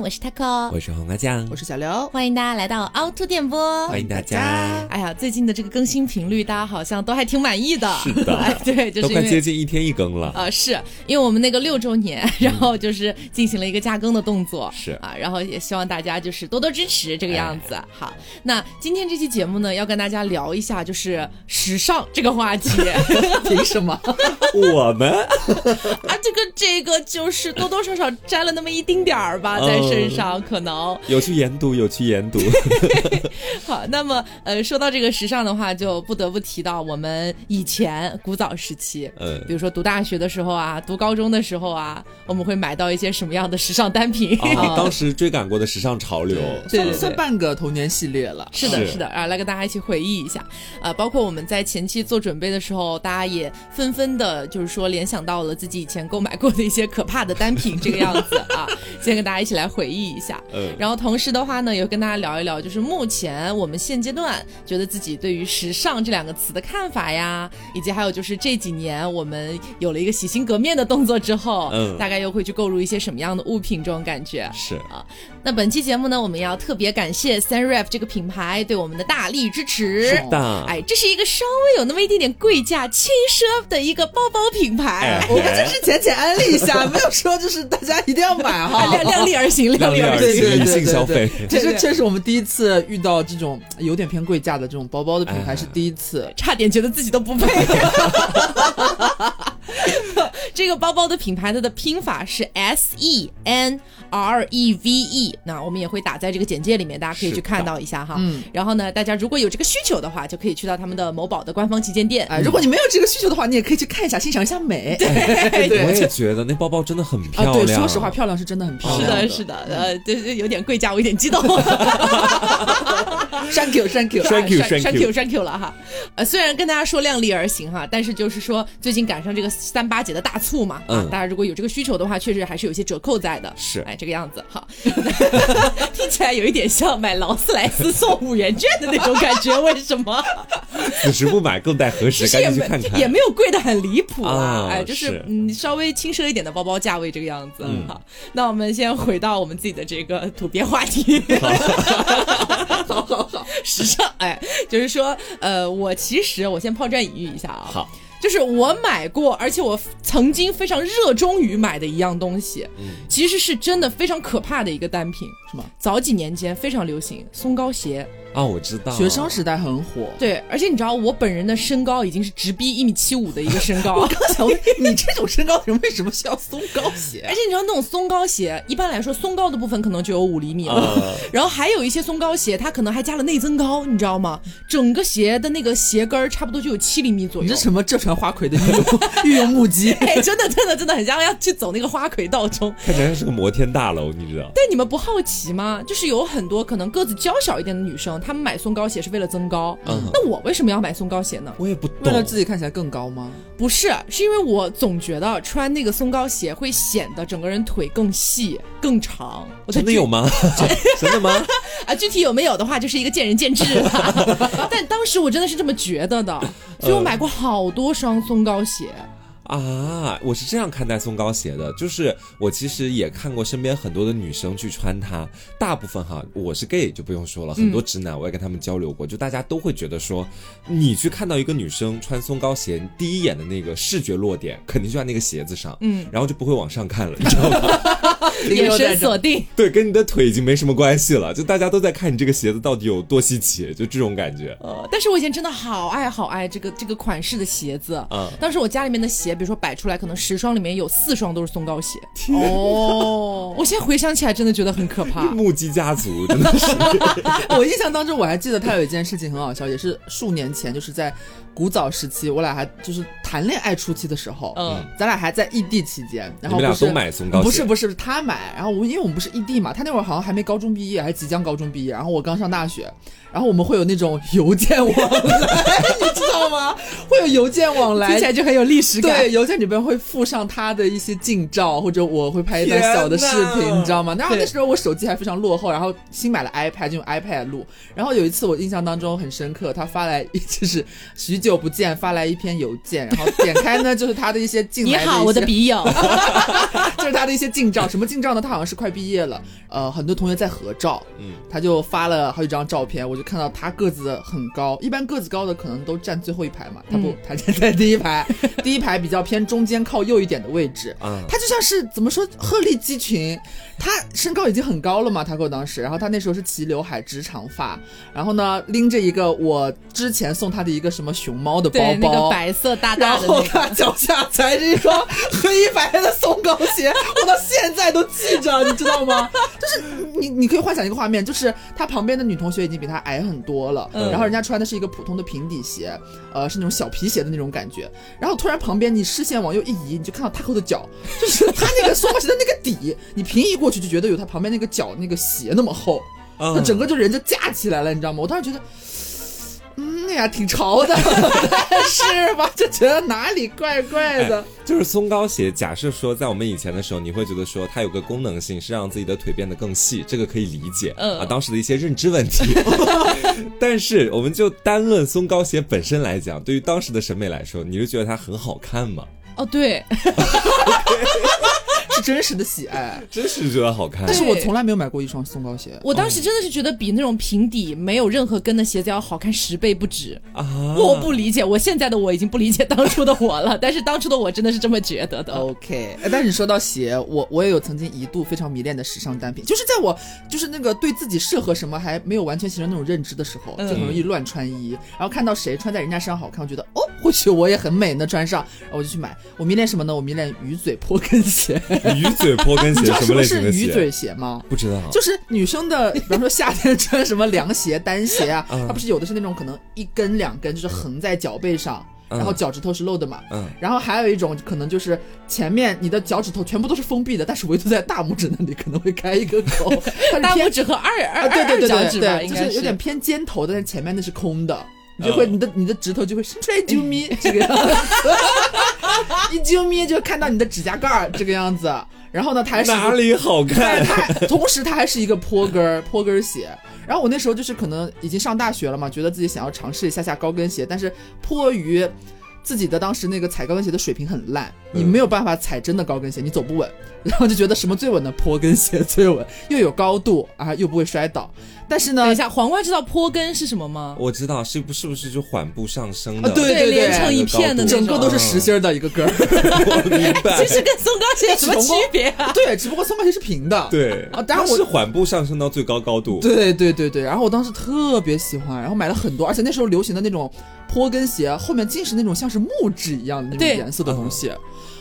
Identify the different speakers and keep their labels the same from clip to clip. Speaker 1: 我是 taco，
Speaker 2: 我是黄瓜酱，
Speaker 3: 我是小刘，
Speaker 1: 欢迎大家来到凹凸电波。
Speaker 2: 欢迎大家。
Speaker 3: 哎呀，最近的这个更新频率，大家好像都还挺满意的。
Speaker 2: 是的
Speaker 3: 哎，对，就
Speaker 2: 都
Speaker 3: 是因
Speaker 2: 快接
Speaker 3: 为。
Speaker 2: 近一天一更
Speaker 4: 啊
Speaker 2: 了，
Speaker 3: 呃，是因为我们那个六周年，然后就是进行了一个加更的动作，
Speaker 2: 是哎
Speaker 3: 啊，然后也希望大家就是多多支持这个样子。好，那今天这期节目呢，要跟大家聊一下就是时尚这个话 题
Speaker 4: 凭什么？
Speaker 2: 我们
Speaker 3: 啊，这个这个就是多多少少沾了那么一丁点儿吧，在身
Speaker 2: 嗯
Speaker 3: 上可能。
Speaker 2: 有去研读，有去研 读。
Speaker 3: 好，那么呃，说到这个时尚的话，就不得不提到我们以前古早时期，
Speaker 2: 嗯
Speaker 3: 比如说读大学的时候啊，读高中的时候啊，我们会买到一些什么样的时尚单品？
Speaker 2: 啊，当时追赶过的时尚潮流，
Speaker 3: 对对
Speaker 4: 算算半个童年系列了。
Speaker 3: 是的，
Speaker 2: 是
Speaker 3: 是的，啊，来跟大家一起回忆一下，啊，包括我们在前期做准备的时候，大家也纷纷的，就是说联想到了自己以前购买过的一些可怕的单品，这个样子啊， 先跟大家一起来回忆一下。
Speaker 2: 嗯，
Speaker 3: 然后同时的话呢，也跟大家聊一聊，就是目前我们现阶段觉得自己对于“时尚”这两个词的看法呀，以及还有就是这几年我们有了一个洗心革面的动作之后，
Speaker 2: 嗯
Speaker 3: 大概又会去购入一些什么样的物品，这种感觉。
Speaker 2: 是
Speaker 3: 那本期节目呢，我们要特别感谢 Sunref 这个品牌对我们的大力支持。
Speaker 2: 是的，
Speaker 3: 哎，这是一个稍微有那么一点点贵价、轻奢的一个包包品牌，
Speaker 2: 哎
Speaker 4: 我们就是浅浅安利一 下，没有说就是大家一定要买
Speaker 3: 啊
Speaker 4: 哈。
Speaker 3: 量量力而 行，量
Speaker 2: 量
Speaker 3: 力而
Speaker 2: 力而
Speaker 3: 行。
Speaker 4: 对对
Speaker 2: 行，
Speaker 4: 对
Speaker 2: 理性消费。
Speaker 4: 其
Speaker 3: 对
Speaker 4: 实
Speaker 3: 对
Speaker 4: 确实我们第一次遇到这种有点偏贵价的这种包包的品牌是第一次。
Speaker 3: 差点觉得自己都不配。 这个包包的品牌，它的拼法是 S E N R E V E，那我们也会打在这个简介里面，大家可以
Speaker 2: 是
Speaker 3: 去
Speaker 2: 的
Speaker 3: 看到一下哈。
Speaker 4: 嗯
Speaker 3: 然后呢，大家如果有这个需求的话，就可以去到他们的某宝的官方旗舰店。
Speaker 4: 哎，如果你没有这个需求的话，你也可以去看一下，欣赏一下美。对
Speaker 2: 哎 我也觉得那包包真的很
Speaker 4: 啊，
Speaker 2: 漂
Speaker 4: 对，
Speaker 2: 亮。
Speaker 4: 说实话，漂亮是真的很漂
Speaker 3: 是
Speaker 4: 亮。
Speaker 3: 的，是的，呃，就是有点贵价，我有点激 动。
Speaker 4: 的，thank you，thank you。
Speaker 2: Thank you, thank
Speaker 3: thank
Speaker 2: you
Speaker 3: you thank you 了哈。呃，虽然跟大家说量力而行哈，但是就是说最近赶上这个三八节的大促嘛，啊
Speaker 2: 嗯，
Speaker 3: 大家如果有这个需求的话，确实还是有一些折扣在的。
Speaker 2: 是
Speaker 3: 哎，这个样子好， 听起来有一点像买劳斯莱斯送五元券的那种感觉，为什么？
Speaker 2: 此时不买更待何
Speaker 3: 其
Speaker 2: 时？
Speaker 3: 实
Speaker 2: 赶
Speaker 3: 也
Speaker 2: 紧去
Speaker 3: 没
Speaker 2: 看看。
Speaker 3: 也没有贵的很离谱啊，
Speaker 2: 啊
Speaker 3: 哎，就是
Speaker 2: 是
Speaker 3: 嗯稍微轻奢一点的包包价位这个样子。
Speaker 2: 嗯
Speaker 3: 好，那我们先回到我们自己的这个土鳖话题。 好好好，时尚哎，就是说呃，我其实我先抛砖引玉一下啊，
Speaker 2: 好，
Speaker 3: 就是我买过，而且我曾经非常热衷于买的一样东西，
Speaker 2: 嗯
Speaker 3: 其实是真的非常可怕的一个单品。
Speaker 4: 什么？
Speaker 3: 早几年间非常流行松糕鞋，
Speaker 2: 啊，我知道。
Speaker 4: 学生时代很火。
Speaker 3: 对，而且你知道我本人的身高已经是直逼一米七五的一个身高，
Speaker 4: 我刚想问你这种身高人为什么需要松糕鞋
Speaker 3: 而？且你知道那种松糕鞋，一般来说松糕的部分可能就有五厘米了，
Speaker 2: 啊，
Speaker 3: 然后还有一些松糕鞋，它可能还加了内增高，你知道吗？整个鞋的那个鞋跟儿差不多就有七厘米左
Speaker 4: 你
Speaker 3: 右
Speaker 4: 这。什么浙传花魁的御用御用木屐？
Speaker 3: 哎，真的，真的，真的很像要去走那个花魁道中。
Speaker 2: 看起来像是个摩天大楼，你知道？
Speaker 3: 但你们不好奇吗？就是有很多可能个子娇小一点的女生，她们买松糕鞋是为了增高。
Speaker 2: 嗯
Speaker 3: 那我为什么要买松糕鞋呢？
Speaker 2: 我也不
Speaker 4: 为了
Speaker 2: 懂。
Speaker 4: 自己看起来更高吗？
Speaker 3: 不是，是因为我总觉得穿那个松糕鞋会显得整个人腿更细、更长。我在
Speaker 2: 真的
Speaker 3: 追
Speaker 2: 有 吗？ 真的吗？
Speaker 3: 啊，具体有没有的话，就是一个见仁见智了。但当时我真的是这么觉得的，所以我买过好多双松糕鞋。
Speaker 2: 啊，我是这样看待松糕鞋的，就是我其实也看过身边很多的女生去穿它，大部分哈，我是 gay 就不用说了，很
Speaker 4: 嗯
Speaker 2: 多直男我也跟他们交流过，就大家都会觉得说，你去看到一个女生穿松糕鞋，第一眼的那个视觉落点肯定就在那个鞋子上，嗯，然后就不会往上看了，你知道吗？
Speaker 3: 眼神锁定，
Speaker 2: 对，跟你的腿已经没什么关系了，就大家都在看你这个鞋子到底有多稀奇，就这种感觉，
Speaker 3: 呃，但是我以前真的好爱好爱这个这个款式的鞋子。
Speaker 2: 嗯。
Speaker 3: 当时我家里面的鞋，比如说摆出来，可能十双里面有四双都是松糕鞋。
Speaker 4: 哦，
Speaker 3: 我现在回想起来，真的觉得很可怕
Speaker 2: 目击家族真的是，
Speaker 4: 我印象当中，我还记得他有一件事情很好笑，也是数年前，就是在古早时期，我俩还就是谈恋爱初期的时候，
Speaker 3: 嗯，
Speaker 4: 咱俩还在异地期间，然
Speaker 2: 你们
Speaker 4: 后不
Speaker 2: 俩
Speaker 4: 是
Speaker 2: 都买松糕鞋，
Speaker 4: 不是不是，是他买，然后我因为我们不是异地嘛，他那会儿好像还没高中毕业，还是即将高中毕业，然后我刚上大学，然后我们会有那 种邮件往来，你知道吗？会有邮件往来
Speaker 3: 听起，来就很有历史感。
Speaker 4: 对对，邮件里边会附上他的一些近照，或者我会拍一段小的视
Speaker 2: 天
Speaker 4: 频，
Speaker 2: 哪
Speaker 4: 你知道吗？然后
Speaker 3: 对
Speaker 4: 那时候我手机还非常落后，然后新买了 iPad 就用 iPad 录。然后有一次我印象当中很深刻，他发来 就是许久不见发来一篇邮件，然后点开呢就是他的一些近
Speaker 3: 你
Speaker 4: 来
Speaker 3: 好，我的
Speaker 4: 一些
Speaker 3: 笔友。
Speaker 4: 就是他的一些近照，什么近照呢？他好像是快毕业了，呃，很多同学在合照，
Speaker 2: 嗯，
Speaker 4: 他就发了好几张照片，我就看到他个子很高，一般个子高的可能都站最后一排嘛，他不，
Speaker 3: 嗯
Speaker 4: 他站在第一排， 第一排比较偏中间靠右一点的位置。
Speaker 2: 啊，
Speaker 4: 他就像是怎么说鹤立鸡群，他身高已经很高了嘛，他给我当时，然后他那时候是齐刘海直长发，然后呢拎着一个我之前送他的一个什么熊猫的包
Speaker 3: 对，那
Speaker 4: 包，
Speaker 3: 个白色大大的
Speaker 4: 然后
Speaker 3: 那
Speaker 4: 他
Speaker 3: 个，
Speaker 4: 脚下踩着一双黑白的松糕鞋，我到现在都记着，你知 道吗？就是你，你可以幻想一个画面，就是他旁边的女同学已经比他矮很多了，
Speaker 3: 嗯
Speaker 4: 然后人家穿的是一个普通的平底鞋，呃，是那种小皮鞋的那种感觉。然后突然旁边你视线往右一移，你就看到他后的 脚，就是他那个松糕鞋的那个底，你平移过去就觉得有他旁边那个脚那个鞋那么厚。他
Speaker 2: 嗯
Speaker 4: 整个就人就架起来了，你知道吗？我当时觉得，嗯，哎呀，挺潮的， 但是吧，就觉得哪里怪怪的。
Speaker 2: 哎就是松糕鞋。假设说，在我们以前的时候，你会觉得说它有个功能性是让自己的腿变得更细，这个可以理解，
Speaker 3: 嗯
Speaker 2: 啊，当时的一些认知问 题。但是我们就单论松糕鞋本身来讲，对于当时的审美来说，你就觉得它很好看嘛？
Speaker 3: 哦，对，
Speaker 4: 是真实的喜爱。
Speaker 2: 真是觉得好看
Speaker 4: 但。是我从来没有买过一双松糕鞋，
Speaker 3: 我当时真的是觉得比那种平底没有任何跟的鞋子要好看十倍不止。
Speaker 2: 啊，
Speaker 3: 我不理解，我现在的我已经不理解当初的我了，但是当初的我真的是这么觉得的。
Speaker 4: OK，哎但是你说到鞋，我我也有曾经一度非常迷恋的时尚单品，就是在我就是那个对自己适合什么还没有完全形成那种认知的时候，
Speaker 3: 嗯
Speaker 4: 就很容易乱穿衣，然后看到谁穿在人家身上好看，我觉得哦，或许我也很美呢，穿上，然后我就去买。我迷恋什么呢？我迷恋鱼嘴坡跟鞋，
Speaker 2: 鱼嘴坡跟
Speaker 4: 你
Speaker 2: 鞋
Speaker 4: 知道
Speaker 2: 什
Speaker 4: 什
Speaker 2: 么
Speaker 4: 么
Speaker 2: 类型
Speaker 4: 是
Speaker 2: 的
Speaker 4: 鱼
Speaker 2: 鞋？
Speaker 4: 嘴鞋吗？
Speaker 2: 不知道，
Speaker 3: 啊
Speaker 4: 就是女 生的，比方说夏天穿什么凉鞋、单鞋啊，
Speaker 2: 嗯
Speaker 4: 它不是有的是那种可能一根两
Speaker 3: 嗯
Speaker 4: 根，就是横在脚背上，
Speaker 2: 嗯
Speaker 4: 然后脚趾头是露的嘛。
Speaker 2: 嗯，
Speaker 4: 然后还有一种可能就是前面你的脚趾头全部都是封闭的，但是唯独在大拇指那里可能会开一个 口，它是
Speaker 3: 大拇
Speaker 4: 偏
Speaker 3: 指和二二
Speaker 4: 啊，
Speaker 3: 二
Speaker 4: 对
Speaker 3: 二
Speaker 4: 对对
Speaker 3: 脚
Speaker 4: 对
Speaker 3: 趾吧，
Speaker 4: 对，
Speaker 3: 应
Speaker 4: 就
Speaker 3: 该
Speaker 4: 是有点偏尖头，但是前面那是空的，你
Speaker 2: 嗯
Speaker 4: 就会你的你的指头就会伸出来一揪咪
Speaker 3: 嗯
Speaker 4: 这个样子， 一揪咪就看到你的指甲盖儿这个样子，然后呢，它还是一个
Speaker 2: 哪里好
Speaker 4: 但
Speaker 2: 看
Speaker 4: 是？它同时它还是一个坡跟儿坡跟儿鞋。然后我那时候就是可能已经上大学了嘛，觉得自己想要尝试一下下高跟鞋，但是迫于自己的当时那个踩高跟鞋的水平很烂，
Speaker 2: 嗯
Speaker 4: 你没有办法踩真的高跟鞋，你走不稳， 然后就觉得什么最稳的坡跟鞋最稳，又有高度啊，又不会摔倒。但是呢
Speaker 3: 等一，下，黄瓜知道坡跟是什么吗？
Speaker 2: 我知道是不是不是就缓步上升的？
Speaker 4: 啊对对
Speaker 3: 连成一片的那种，
Speaker 4: 整个都是实心儿的一个跟儿，
Speaker 2: 我明白
Speaker 3: 其。实跟松糕鞋有什么区别啊？
Speaker 4: 对，只不过松糕鞋是平 的，
Speaker 2: 对
Speaker 4: 啊当然
Speaker 2: 它
Speaker 4: 我
Speaker 2: 是缓步上升到最高高度。
Speaker 4: 对对对对，然后我当时特别喜欢，然后买了很多，而且那时候流行的那种坡跟鞋，后面尽是那种像是木质一样的那种
Speaker 3: 对
Speaker 4: 颜色的东西，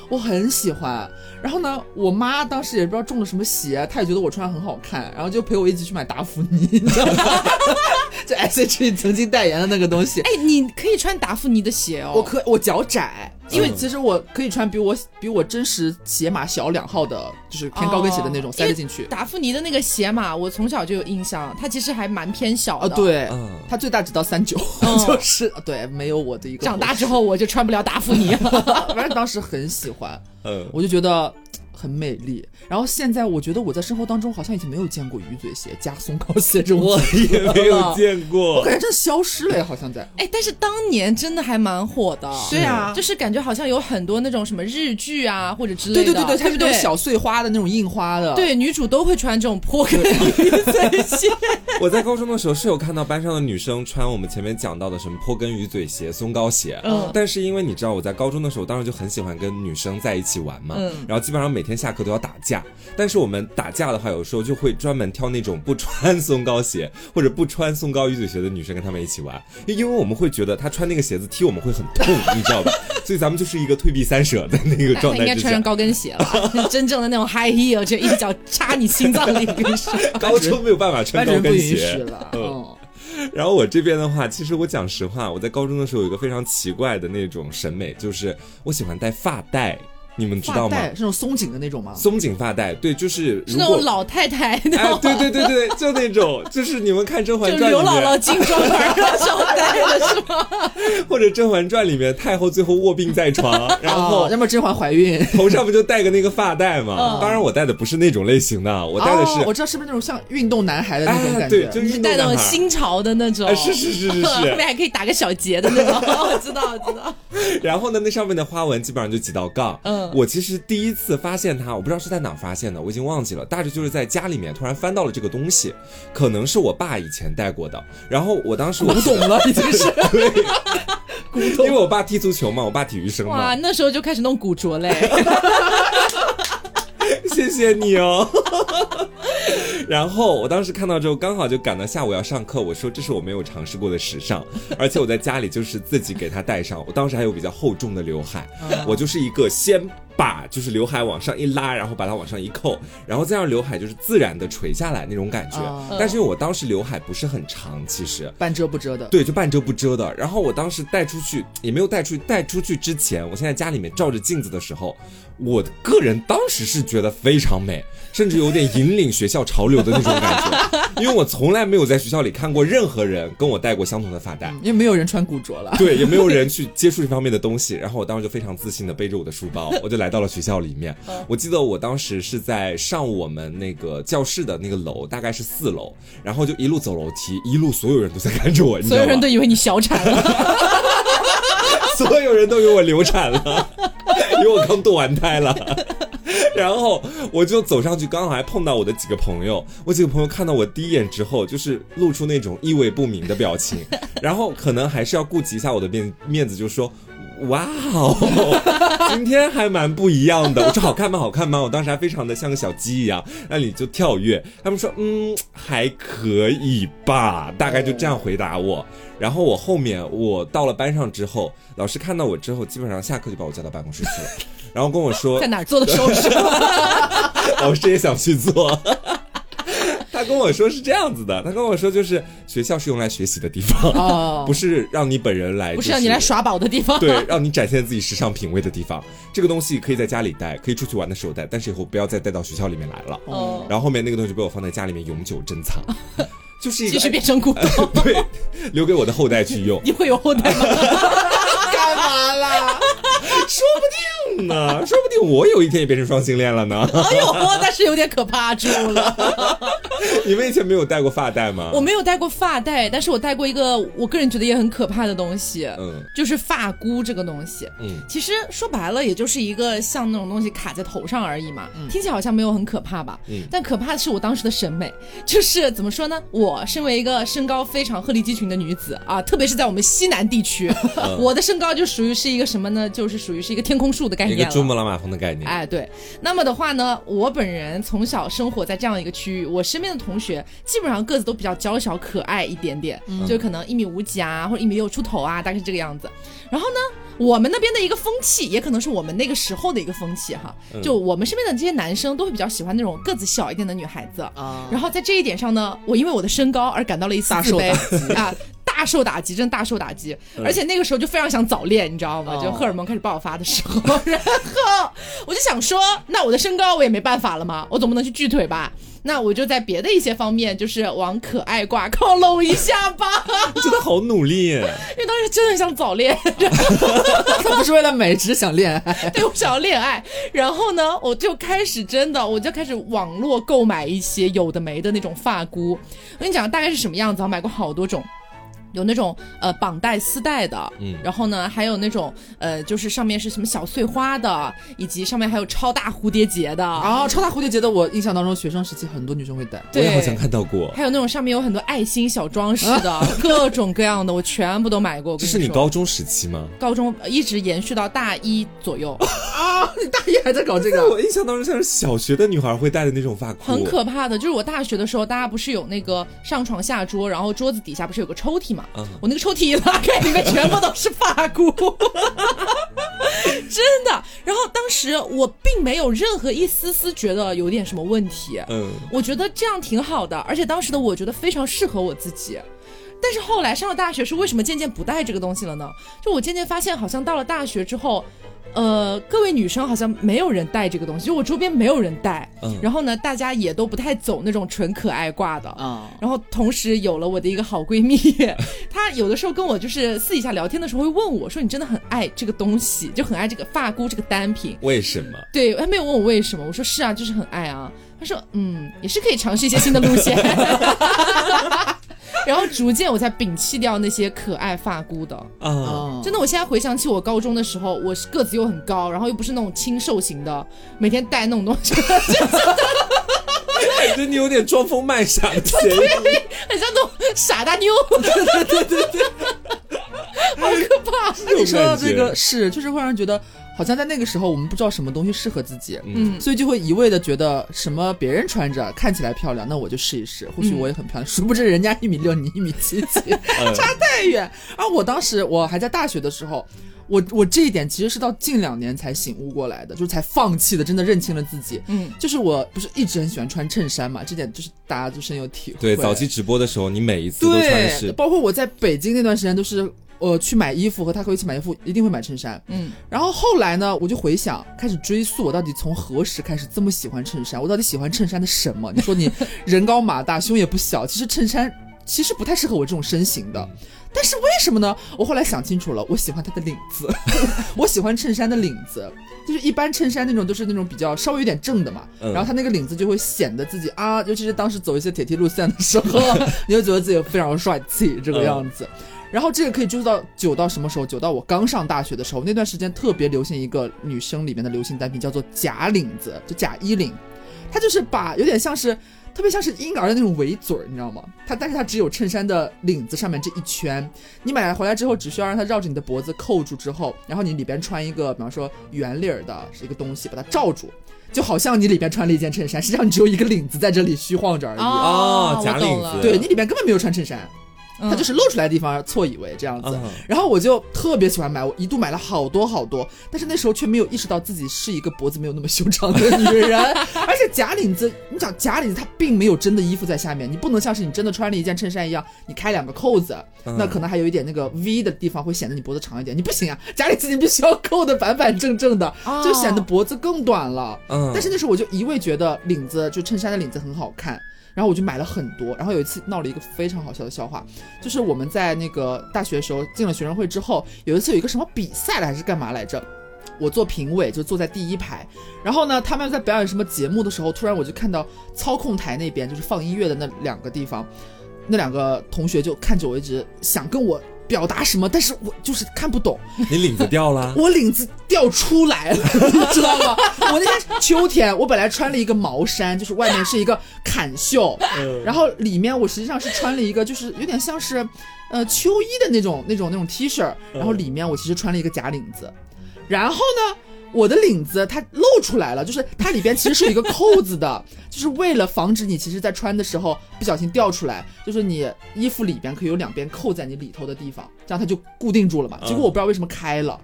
Speaker 4: 我很喜欢。然后呢，我妈当时也不知道中了什么邪，她也觉得我穿得很好看，然后就陪我一起去买达芙妮，你知道吗？ 就 S.H.E 曾经代言的那个东西，
Speaker 3: 哎，你可以穿达芙妮的鞋哦。
Speaker 4: 我可我脚窄，因为
Speaker 2: 嗯
Speaker 4: 其实我可以穿比我比我真实鞋码小两号的，就是偏高跟鞋的那种
Speaker 3: 哦
Speaker 4: 塞得进去。
Speaker 3: 达芙妮的那个鞋码，我从小就有印象，它其实还蛮偏小
Speaker 4: 啊，
Speaker 3: 的。，
Speaker 4: 对，
Speaker 2: 嗯，
Speaker 4: 它最大只到三九、
Speaker 3: 嗯
Speaker 4: 就是对，没有我的一个
Speaker 3: 长大之后我就穿不了达芙妮了。
Speaker 4: 后，反正当时很喜欢，
Speaker 2: 嗯，
Speaker 4: 我就觉得很美丽。然后现在我觉得我在生活当中好像已经没有见过鱼嘴鞋加松糕鞋这种
Speaker 2: 我
Speaker 4: 东西，
Speaker 2: 也没有见
Speaker 4: 我
Speaker 2: 过。
Speaker 4: 感觉真的消失了，好像在。
Speaker 3: 哎，但是当年真的还蛮火的。嗯
Speaker 2: 对啊
Speaker 3: 就是感觉好像有很多那种什么日剧啊或者之类的，
Speaker 4: 对对对对，它
Speaker 3: 对
Speaker 4: 是
Speaker 3: 不
Speaker 4: 那种
Speaker 3: 对？
Speaker 4: 小碎花的那种印花的，，
Speaker 3: 对女主都会穿这种坡跟鱼嘴鞋。
Speaker 2: 我在高中的时候是有看到班上的女生穿我们前面讲到的什么坡跟鱼嘴鞋、松糕鞋，
Speaker 3: 嗯
Speaker 2: 但是因为你知道我在高中的时候，当时就很喜欢跟女生在一起玩嘛，
Speaker 3: 嗯
Speaker 2: 然后基本上每天下课都要打架，但是我们打架的话，有时候就会专门挑那种不穿松糕鞋 或者不穿松糕鱼嘴鞋的女生跟她们一起玩，因为我们会觉得她穿那个鞋子踢我们会很痛，你知道吧？所以咱们就是一个退避三舍的那个
Speaker 3: 那
Speaker 2: 状
Speaker 3: 他应
Speaker 2: 态
Speaker 3: 该
Speaker 2: 之
Speaker 3: 穿上
Speaker 2: 下。
Speaker 3: 高跟鞋了， 真正的那种 high heel，这一脚插你心脏里。我跟你说
Speaker 2: 高中没有办法穿
Speaker 4: 班主
Speaker 2: 高
Speaker 4: 任
Speaker 2: 跟
Speaker 4: 不允
Speaker 2: 鞋，
Speaker 4: 许了。嗯，
Speaker 2: 然后我这边的话，其实我讲实话，我在高中的时候有一个非常奇怪的那种审美，就是我喜欢戴发带。你们知道
Speaker 4: 发
Speaker 2: 吗？
Speaker 4: 带是那种松紧的那种吗？
Speaker 2: 松紧发带，对，就是
Speaker 3: 是
Speaker 2: 如
Speaker 3: 那种
Speaker 2: 果。
Speaker 3: 老太太的，
Speaker 2: 哎，对对对对，就那种，就是你们看《甄嬛
Speaker 3: 就
Speaker 2: 传》
Speaker 3: 刘
Speaker 2: 里
Speaker 3: 姥姥
Speaker 2: 面，
Speaker 3: 进妆盘上招待了是吗？
Speaker 2: 或者《甄嬛传》里面，太后最后卧病在床，然后
Speaker 4: 啊要么甄嬛怀孕，
Speaker 2: 头上不就戴个那个发带吗？
Speaker 3: 嗯
Speaker 2: 当然，我戴的不是那种类型的，我戴的
Speaker 4: 哦
Speaker 2: 是，
Speaker 4: 我知道是不是那种像运动男孩的那种
Speaker 2: 哎，
Speaker 4: 感
Speaker 2: 对，
Speaker 4: 觉？
Speaker 2: 就运动
Speaker 3: 带那
Speaker 2: 男
Speaker 3: 种
Speaker 2: 孩
Speaker 3: 新潮的那种，
Speaker 2: 啊是是是是
Speaker 3: 后面
Speaker 2: 是。
Speaker 3: 还可以打个小结的那种， 我知道我知道，
Speaker 2: 然后呢，那上面的花纹基本上就几道杠。
Speaker 3: 嗯
Speaker 2: 我其实第一次发现它，我不知道是在哪儿发现的，我已经忘记了，大致就是在家里面突然翻到了这个东西，可能是我爸以前戴过的。然后我当时我
Speaker 4: 古董了已经是 古
Speaker 2: 因
Speaker 4: 董
Speaker 2: 为。我爸踢足球嘛，我爸体育生
Speaker 3: 哇，
Speaker 2: 嘛，
Speaker 3: 那时候就开始弄古着嘞，
Speaker 2: 谢谢你哦。 然后我当时看到之后，刚好就赶到下午要上课，我说这是我没有尝试过的时尚，而且我在家里就是自己给它戴上。我当时还有比较厚重的刘海，我就是一个先把就是刘海往上一拉，然后把它往上一扣，然后再让刘海就是自然的垂下来那种感觉
Speaker 4: 哦。
Speaker 2: 但是因为我当时刘海不是很长，其实
Speaker 4: 半遮不遮的，
Speaker 2: 对，就半遮不遮的。然后我当时带出去也没有带出去，带出去之前，我现在家里面照着镜子的时候，我个人当时是觉得非常美，甚至有点引领学校潮流的那种感觉，因为我从来没有在学校里看过任何人跟我戴过相同的发带。
Speaker 3: 嗯
Speaker 4: 因为没有人穿古着了。
Speaker 2: 对，也没有人去接触这方面的东西。然后我当时就非常自信的背着我的书包，我就来到了学校里面。
Speaker 3: 嗯
Speaker 2: 我记得我当时是在上我们那个教室的那个楼，大概是四楼，然后就一路走楼梯，一路所有人都在看着我，你知
Speaker 3: 所
Speaker 2: 道
Speaker 3: 有
Speaker 2: 吗
Speaker 3: 人？都以为你小产了，
Speaker 2: 所有人都以为我流产了，因为我刚堕完胎了。 然后我就走上去，刚好还碰到我的几个朋友。我几个朋友看到我第一眼之后，就是露出那种意味不明的表情，然后可能还是要顾及一下我的面面子，就说：“哇哦， 今天还蛮不一样的。”我说：“好看吗？好看吗？”我当时还非常的像个小鸡一样，那里就跳跃。他们说：“嗯，还可以吧。”大概就这样回答我。然后我后面我到了班上之后，老师看到我之后，基本上下课就把我叫到办公室去了，然后跟我说
Speaker 3: 在哪儿做的手术？
Speaker 2: 老师也想去做。 他跟我说是这样子的，他跟我说就是学校是用来学习的地方，
Speaker 4: 哦，
Speaker 2: 不是让你本人来、
Speaker 3: 不是让 你来。耍宝的地方，
Speaker 2: 对，让你展现自己时尚品味的地方，这个东西可以在家里带，可以出去玩的时候带，但是以后不要再带到学校里面来了。
Speaker 3: 哦
Speaker 2: 然后后面那个东西就被我放在家里面永久 珍藏，就是一
Speaker 3: 继续
Speaker 2: 个
Speaker 3: 变成古董，
Speaker 2: 对，留给我的后代去 用。
Speaker 3: 你会有后代吗？
Speaker 4: 干嘛啦？
Speaker 2: 说不定呢，说不定我有一天也变成双性恋了呢。
Speaker 3: 哎呦，但是有点可怕住了。
Speaker 2: 你们以前没有戴过发带吗？
Speaker 3: 我没有戴过发带，但是我戴过一个我个人觉得也很可怕的东西，
Speaker 2: 嗯
Speaker 3: 就是发箍这个东西。
Speaker 2: 嗯，
Speaker 3: 其实说白了，也就是一个像那种东西卡在头上而已嘛，听起来好像没有很可怕吧？
Speaker 2: 嗯
Speaker 3: 但可怕的是我当时的审美， 就是怎么说呢？我身为一个身高非常鹤立鸡群的女子啊，特别是在我们西南地区，
Speaker 2: 嗯
Speaker 3: 我的身高就属于是一个什么呢？就是属于是一个天空树的概
Speaker 2: 一
Speaker 3: 念
Speaker 2: 个
Speaker 3: 了。
Speaker 2: 珠穆朗玛峰的概念。
Speaker 3: 哎，对。那么的话呢，我本人从小生活在这样一个区域，我身边的同学基本上个子都比较娇小可爱一点点，就可能一米五几啊，或者一米六出头啊，大概是这个样子。然后呢，我们那边的一个风气，也可能是我们那个时候的一个风气哈，就我们身边的这些男生都会比较喜欢那种个子小一点的女孩子。
Speaker 4: 啊，
Speaker 3: 然后在这一点上呢，我因为我的身高而感到了一丝
Speaker 4: 大
Speaker 3: 自
Speaker 4: 受
Speaker 3: 卑啊。大受打击，真的大受打击，而且那个时候就非常想早恋，你知道吗？
Speaker 4: 哦
Speaker 3: 就荷尔蒙开始爆发的时候， 然后我就想说，那我的身高我也没办法了嘛，我总不能去锯腿吧？那我就在别的一些方面，就是往可爱挂靠拢一下吧，
Speaker 2: 你真的好努力耶，
Speaker 3: 因为当时真的想早恋，
Speaker 4: 他不是为了美，只是想恋 爱。
Speaker 3: 对我想要恋爱，然后呢，我就开始真的，我就开始网络购买一些有的没的那种发箍。我跟你讲，大概是什么样子啊？我买过好多种。有那种呃绑带、丝带的，
Speaker 2: 嗯
Speaker 3: 然后呢，还有那种呃，就是上面是什么小碎花的，以及上面还有超大蝴蝶结的，
Speaker 4: 啊，超大蝴蝶结的，我印象当中学生时期很多女生会戴。
Speaker 2: 我也好
Speaker 3: 对，
Speaker 2: 像看到过。
Speaker 3: 还有那种上面有很多爱心小装饰的， 各种各样的，我全部都买过。我
Speaker 2: 这
Speaker 3: 跟
Speaker 2: 是你
Speaker 3: 说
Speaker 2: 高中时期吗？
Speaker 3: 高中呃一直延续到大一左右，
Speaker 4: 啊，你大爷还在搞这
Speaker 2: 在
Speaker 4: 个？
Speaker 2: 我印象当中，像是小学的女孩会戴的那种发箍，
Speaker 3: 很可怕的，就是我大学的时候，大家不是有那个上床下桌，然后桌子底下不是有个抽屉嘛？
Speaker 2: 嗯
Speaker 3: 我那个抽屉一拉开，里面全部都是发箍，真的。然后当时我并没有任何一丝丝觉得有点什么问题，
Speaker 2: 嗯，
Speaker 3: 我觉得这样挺好的，而且当时的我觉得非常适合我自己。但是后来上了大学是为什么渐渐不戴这个东西了呢？就我渐渐发现，好像到了大学之后，呃，各位女生好像没有人戴这个东西，就我周边没有人戴。
Speaker 2: 嗯
Speaker 3: 然后呢，大家也都不太走那种纯可爱挂的。
Speaker 4: 啊，
Speaker 3: 然后同时有了我的一个好闺蜜， 她有的时候跟我就是私底下聊天的时候会问我说：“你真的很爱这个东西，就很爱这个发箍这个单品。
Speaker 2: 为什么？”
Speaker 3: 对，她没有问我为什么，我说是啊，就是很爱啊。她说：“嗯，也是可以尝试一些新的路线。” 然后逐渐我才摒弃掉那些可爱发箍的。
Speaker 2: 啊，
Speaker 4: 啊
Speaker 3: 真的，我现在回想起我高中的时候，我是个子又很高，然后又不是那种清瘦型的，每天戴那种东西，
Speaker 2: 感觉你有点装疯卖傻的 嫌疑。
Speaker 3: 很像那种傻大妞。对对对对，好可怕。
Speaker 4: 那你说到这
Speaker 2: 有感
Speaker 4: 个
Speaker 2: 觉
Speaker 4: 是，就是会让人觉得，好像在那个时候我们不知道什么东西适合自己，
Speaker 3: 嗯
Speaker 4: 所以就会一味的觉得什么别人穿着看起来漂亮，那我就试一试，或许
Speaker 3: 嗯
Speaker 4: 我也很漂亮。殊不知人家一米六，你一米七几，
Speaker 2: 嗯
Speaker 4: 差 太远。而我当时我还在大学的时候。我我这一点其实是到近两年才醒悟过来的，就是才放弃的，真的认清了自己。
Speaker 3: 嗯，
Speaker 4: 就是我不是一直很喜欢穿衬衫嘛，这点就是大家就深有体会。
Speaker 2: 对，早期直播的时候，你每一次都穿
Speaker 4: 对，
Speaker 2: 是
Speaker 4: 包括我在北京那段时间都是。呃，去买衣服和他和我一起买衣服，一定会买衬衫。
Speaker 3: 嗯，
Speaker 4: 然后后来呢，我就回想，开始追溯我到底从何时开始这么喜欢衬衫，我到底喜欢衬衫的什么？你说你人高马大，胸也不小，其实衬衫其实不太适合我这种身形的。
Speaker 2: 嗯
Speaker 4: 但是为什么呢？我后来想清楚了，我喜欢它的领子，我喜欢衬衫的领子，就是一般衬衫那种都是那种比较稍微有点正的嘛，
Speaker 2: 嗯
Speaker 4: 然后它那个领子就会显得自己啊，尤其是当时走一些铁梯路线的时候，你就觉得自己非常帅气这个样子。然后这个可以追溯到久到什么时候？久到我刚上大学的时候，那段时间特别流行一个女生里面的流行单品，叫做假领子，就假衣领。它就是把有点像是特别像是婴儿的那种围嘴儿，你知道吗？它但是它只有衬衫的领子上面这一圈，你买回来之后只需要让它绕着你的脖子扣住之后，然后你里边穿一个，比方说圆领儿的一个东西把它罩住，就好像你里边穿了一件衬衫，实际上你只有一个领子在这里虚晃着而已。
Speaker 2: 哦
Speaker 3: 哦，
Speaker 2: 假
Speaker 3: 我懂
Speaker 2: 领
Speaker 3: 了嗯
Speaker 2: 子
Speaker 4: 对你里边根本没有穿衬衫，它就是露出来的地方错以为这样子。
Speaker 2: 啊，
Speaker 4: 然后我就特别喜欢买，我一度买了好多好多，但是那时候却没有意识到自己是一个脖子没有那么修长的女人，而且假领子，你讲假领子它并没有真的衣服在下面，你不能像是你真的穿了一件衬衫一样，你开两个扣子，
Speaker 2: 嗯
Speaker 4: 那可能还有一点那个 V 的地方会显得你脖子长一点，你不行啊，假领子你必须要扣的板板正正的，
Speaker 3: 哦
Speaker 4: 就显得脖子更短了。
Speaker 2: 嗯，
Speaker 4: 但是那时候我就一味觉得领子就衬衫的领子很好看，然后我就买了很多。然后有一次闹了一个非常好笑的笑话，就是我们在那个大学的时候进了学生会之后，有一次有一个什么比赛了还是干嘛来着。我做评委，就坐在第一排。然后呢，他们在表演什么节目的时候，突然我就看到操控台那边，就是放音乐的那两个地方，那两个同学就看着我，一直想跟我表达什么，但是我就是看不懂。，
Speaker 2: 你领子掉了
Speaker 4: 我领子掉出来了， 你知道吗？我那天秋天，我本来穿了一个毛衫，就是外面是一个坎袖，
Speaker 2: 嗯
Speaker 4: 然后里面我实际上是穿了一个，就是有点像是，呃，秋衣的那种那种那种 T 恤，然后里面我其实穿了一个假领子，然后呢。我的领子它露出来了，就是它里边其实是有一个扣子的， 就是为了防止你其实在穿的时候不小心掉出来，就是你衣服里边可以有两边扣在你里头的地方，这样它就固定住了嘛。结果我不知道为什么开了，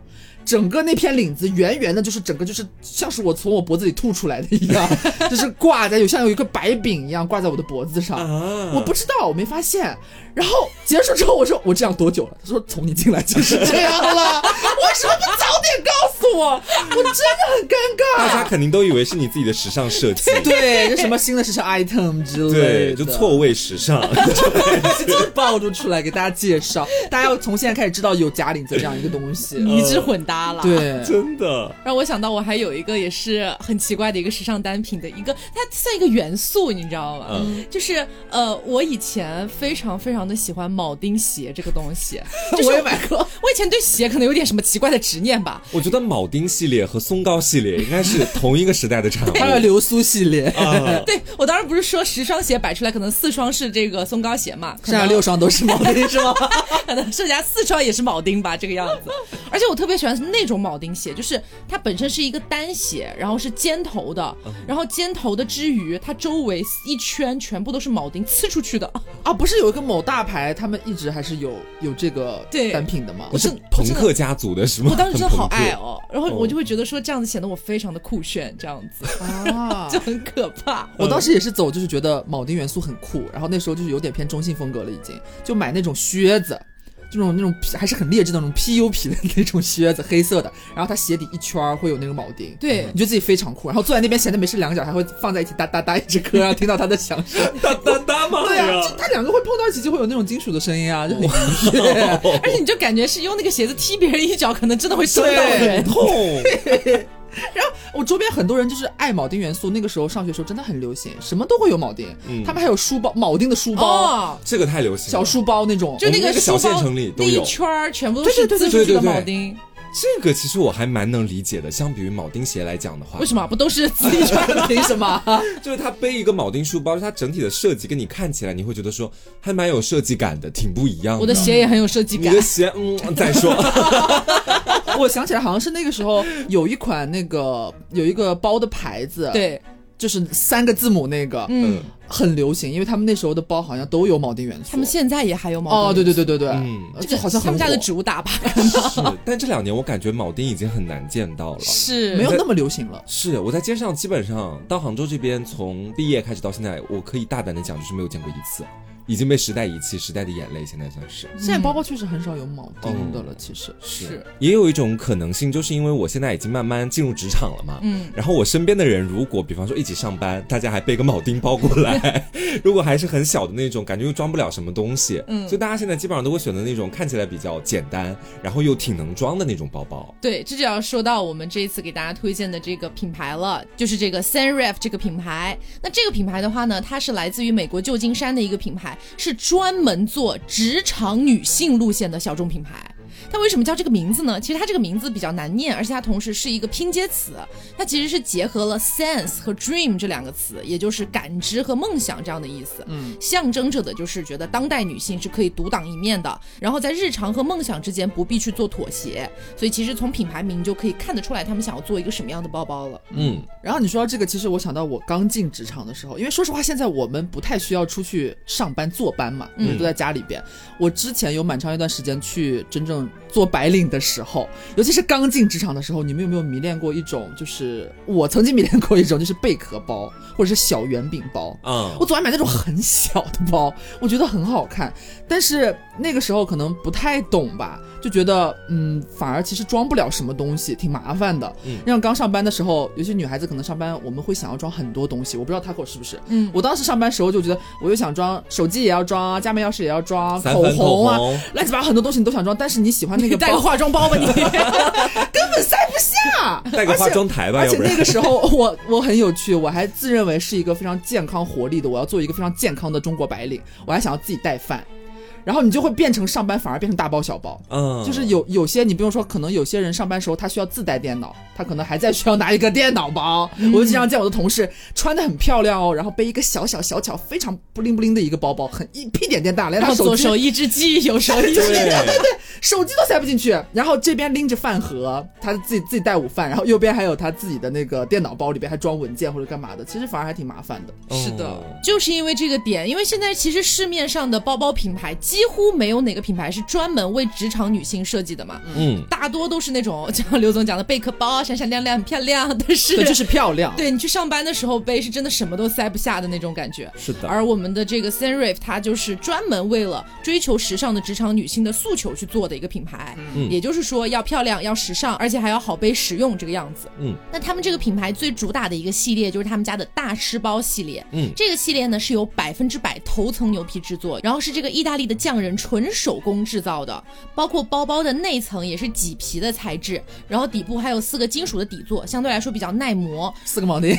Speaker 4: 整个那片领子圆圆的，就是整个就是像是我从我脖子里吐出来的一 样，就是挂在有像有一个白饼一样挂在我的脖子上。
Speaker 2: 啊，
Speaker 4: 我不知道，我没发现。然后结束之后，我说我这样多久了？他说从你进来就是这样 了。为什么不早点告诉我？我真的很尴
Speaker 2: 大家
Speaker 4: 尬。
Speaker 2: 肯定都以为是你自己的时尚设计，
Speaker 4: 对，就什么新的时尚 item 之类
Speaker 2: 对，就
Speaker 4: 的，
Speaker 2: 错位时尚。
Speaker 4: 就暴露出来给大家介绍。大家要从现在开始知道有假领子这样一个东西。
Speaker 3: 迷之混搭了。。
Speaker 4: 对，
Speaker 2: 真的，
Speaker 3: 让我想到，我还有一个也是很奇怪的一个时尚单品的一个，它算一个元素，你知道吗？
Speaker 2: 嗯
Speaker 3: 就是呃，我以前非常非常的喜欢铆钉鞋这个东 西，就是
Speaker 4: 我也买过。
Speaker 3: 我以前对鞋可能有点什么奇怪的执念吧，
Speaker 2: 我觉得铆钉系列和松糕系列应该是同一个时代的产物。
Speaker 4: 还有流苏系列，嗯
Speaker 2: 啊，
Speaker 3: 对我当时不是说十双鞋摆出来，可能四双是这个松糕鞋嘛，可
Speaker 4: 剩下
Speaker 3: 能
Speaker 4: 六双都是毛病，是吗？
Speaker 3: 可能剩下四双也是铆钉吧，这个样子。而且我特别喜欢那种铆钉鞋，就是它本身是一个单鞋，然后是尖头的，然后尖头的之余，它周围一圈全部都是铆钉刺出去的。
Speaker 4: 啊，不是有一个某大牌，他们一直还是有有这个
Speaker 3: 对
Speaker 4: 单品的吗？
Speaker 2: 不是
Speaker 3: 真的
Speaker 2: 朋克家族的是吗？
Speaker 3: 我当时真的
Speaker 2: 很
Speaker 3: 好
Speaker 2: 朋克
Speaker 3: 爱哦，然后
Speaker 2: 哦
Speaker 3: 我就会觉得说这样子显得我非常的酷炫，这样子
Speaker 4: 啊
Speaker 3: 就很可怕。
Speaker 4: 我当时也是走，就是觉得铆钉元素很酷，然后那时候就是有点偏中性风格了，已经就买那种靴子，这种那种皮还是很劣质的那种 PU 皮的那种靴子，黑色的，然后它鞋底一圈儿会有那个铆钉，
Speaker 3: 对
Speaker 4: 你觉得自己非常酷，然后坐在那边闲着没事，两个脚还会放在一起哒哒哒一直磕，然后听到它的响声，
Speaker 2: 哒哒哒嘛
Speaker 4: 对啊，就
Speaker 2: 呀，
Speaker 4: 它两个会碰到一起就会有那种金属的声音啊，就很愉悦，
Speaker 3: 而且你就感觉是用那个鞋子踢别人一脚，可能真的会伤到
Speaker 4: 对
Speaker 3: 人。
Speaker 2: 痛，
Speaker 4: 我周边很多人就是爱铆钉元素，那个时候上学时候真的很流行，什么都会有铆钉，
Speaker 2: 嗯
Speaker 4: 他们还有书包铆钉的书包、
Speaker 3: 哦，
Speaker 2: 这个太流行了。
Speaker 4: 小书包那种，
Speaker 3: 就
Speaker 2: 我们那
Speaker 3: 个
Speaker 2: 个小
Speaker 3: 书包
Speaker 2: 县城里都
Speaker 3: 那一
Speaker 2: 有
Speaker 3: 圈儿全部都
Speaker 4: 对
Speaker 3: 是
Speaker 4: 对对
Speaker 3: 自
Speaker 4: 对
Speaker 3: 出去的
Speaker 2: 对对对
Speaker 3: 铆钉，
Speaker 2: 这个其实我还蛮能理解的，相比于铆钉鞋来讲的话，
Speaker 3: 为什么不都是自己穿
Speaker 4: 凭什么？
Speaker 2: 就是它背一个铆钉书包，它整体的设计跟你看起来，你会觉得说还蛮有设计感的，挺不一样
Speaker 3: 我的鞋也很有设计
Speaker 2: 你
Speaker 3: 感
Speaker 2: 的。鞋，嗯，再说，
Speaker 4: 我想起来，好像是那个时候有一款那个有一个包的牌子，，
Speaker 3: 对，
Speaker 4: 就是三个字母那个、
Speaker 3: 嗯，
Speaker 4: 很流行，因为他们那时候的包好像都有铆钉元素。
Speaker 3: 他们现在也还有铆钉。
Speaker 4: 哦，对对对对对，
Speaker 2: 嗯
Speaker 4: 呃就好像
Speaker 3: 他们
Speaker 4: 很
Speaker 3: 家的
Speaker 4: 火
Speaker 3: 植物大吧？
Speaker 2: 是，但这两年我感觉铆钉已经很难见到了。
Speaker 3: 是
Speaker 4: 没有那么流行了。
Speaker 2: 是我在街上，基本上到杭州这边，从毕业开始到现在，我可以大胆的讲，就是没有见过一次，啊已经被时代遗弃，时代的眼泪，现在算是。
Speaker 4: 现在包包确实很少有铆钉的
Speaker 2: 嗯
Speaker 4: 了，其实
Speaker 3: 是，
Speaker 2: 也有一种可能性，就是因为我现在已经慢慢进入职场了嘛，
Speaker 3: 嗯
Speaker 2: 嗯，然后我身边的人如果比方说一起上班，大家还背个铆钉包过 来，如果还是很小的那种，感觉又装不了什么东西，
Speaker 3: 嗯
Speaker 2: 嗯，所以大家现在基本上都会选择那种看起来比较简单，然后又挺能装的那种包包。
Speaker 3: 对，这就要说到我们这一次给大家推荐的这个品牌了，就是这个 Sanref 这个品牌。那这个品牌的话呢，它是来自于美国旧金山的一个品牌，是专门做职场女性路线的小众品牌。它为什么叫这个名字呢？其实它这个名字比较难念，而且它同时是一个拼接词，它其实是结合了 sense 和 dream 这两个词，也就是感知和梦想这样的意思。
Speaker 4: 嗯，
Speaker 3: 象征着的就是觉得当代女性是可以独当一面的，然后在日常和梦想之间不必去做妥协。所以其实从品牌名就可以看得出来，他们想要做一个什么样的包包了。
Speaker 2: 嗯，
Speaker 4: 然后你说到这个，其实我想到我刚进职场的时候，因为说实话，现在我们不太需要出去上班坐班嘛，因为都在家里边。我之前有蛮长一段时间去真正做白领的时候，尤其是刚进职场的时候，你们有没有迷恋过一种？就是我曾经迷恋过一种，就是贝壳包或者是小圆饼包。
Speaker 2: 啊、
Speaker 4: 我总爱买那种很小的包，我觉得很好看，但是那个时候可能不太懂吧，就觉得嗯，反而其实装不了什么东西，挺麻烦的。
Speaker 2: 嗯
Speaker 4: 像刚上班的时候，尤其女孩子可能上班，我们会想要装很多东西，我不知道 Taco 是不是。
Speaker 3: 嗯
Speaker 4: 我当时上班时候就觉得，我又想装手机也要装，啊家门钥匙也要装，
Speaker 2: 散粉
Speaker 4: 红啊，
Speaker 2: 红
Speaker 4: 乱七八糟很多东西你都想装，但是你喜欢那 个
Speaker 3: 你带个
Speaker 4: 包，
Speaker 3: 化妆包 吧你。
Speaker 4: 根本塞不下。
Speaker 2: 带个化妆台吧，
Speaker 4: 而
Speaker 2: 要
Speaker 4: 且
Speaker 2: 不然
Speaker 4: 那。个 时候我我很有趣，我还自认为是一个非常健康活力的，我要做一个非常健康的中国白领，我还想要自己带饭，然后你就会变成上班反而变成大包小包。
Speaker 2: 嗯，
Speaker 4: 就是有有些你不用说，可能有些人上班时候他需要自带电脑，他可能还在需要拿一个电脑包。
Speaker 3: 嗯
Speaker 4: 我就经常见我的同事穿的很漂亮哦，然后背一个小小小巧非常不灵不灵的一个包包，很一屁点点大，连
Speaker 3: 然 后
Speaker 4: 他
Speaker 3: 左
Speaker 4: 手机
Speaker 3: 手一只鸡，右 手一只。
Speaker 2: 对，
Speaker 4: 手机都塞不进去，然后这边拎着饭盒，他自己自己带午饭，然后右边还有他自己的那个电脑包，里边还装文件或者干嘛的，其实反而还挺麻烦的。
Speaker 2: 嗯
Speaker 3: 是的，就是因为这个点，因为现在其实市面上的包包品牌几乎没有哪个品牌是专门为职场女性设计的嘛，
Speaker 2: 嗯，
Speaker 3: 大多都是那种像刘总讲的贝壳包，啊闪闪亮亮，很漂亮，但是
Speaker 4: 对， 就是漂亮。
Speaker 3: 对你去上班的时候背是真的什么都塞不下的那种感觉。
Speaker 2: 是的，
Speaker 3: 而我们的这个 Sanrif，它就是专门为了追求时尚的职场女性的诉求去做的一个品牌，
Speaker 2: 嗯
Speaker 3: 也就是说要漂亮、要时尚，而且还要好背实用这个样子。
Speaker 2: 嗯，
Speaker 3: 那他们这个品牌最主打的一个系列就是他们家的大师包系列，
Speaker 2: 嗯
Speaker 3: 这个系列呢是由百分之百头层牛皮制作，然后是这个意大利的匠人纯手工制造的，包括包包的内层也是麂皮的材质，然后底部还有四
Speaker 4: 嗯
Speaker 3: 个金属的底座，相对来说比较耐磨，
Speaker 4: 四个铆钉，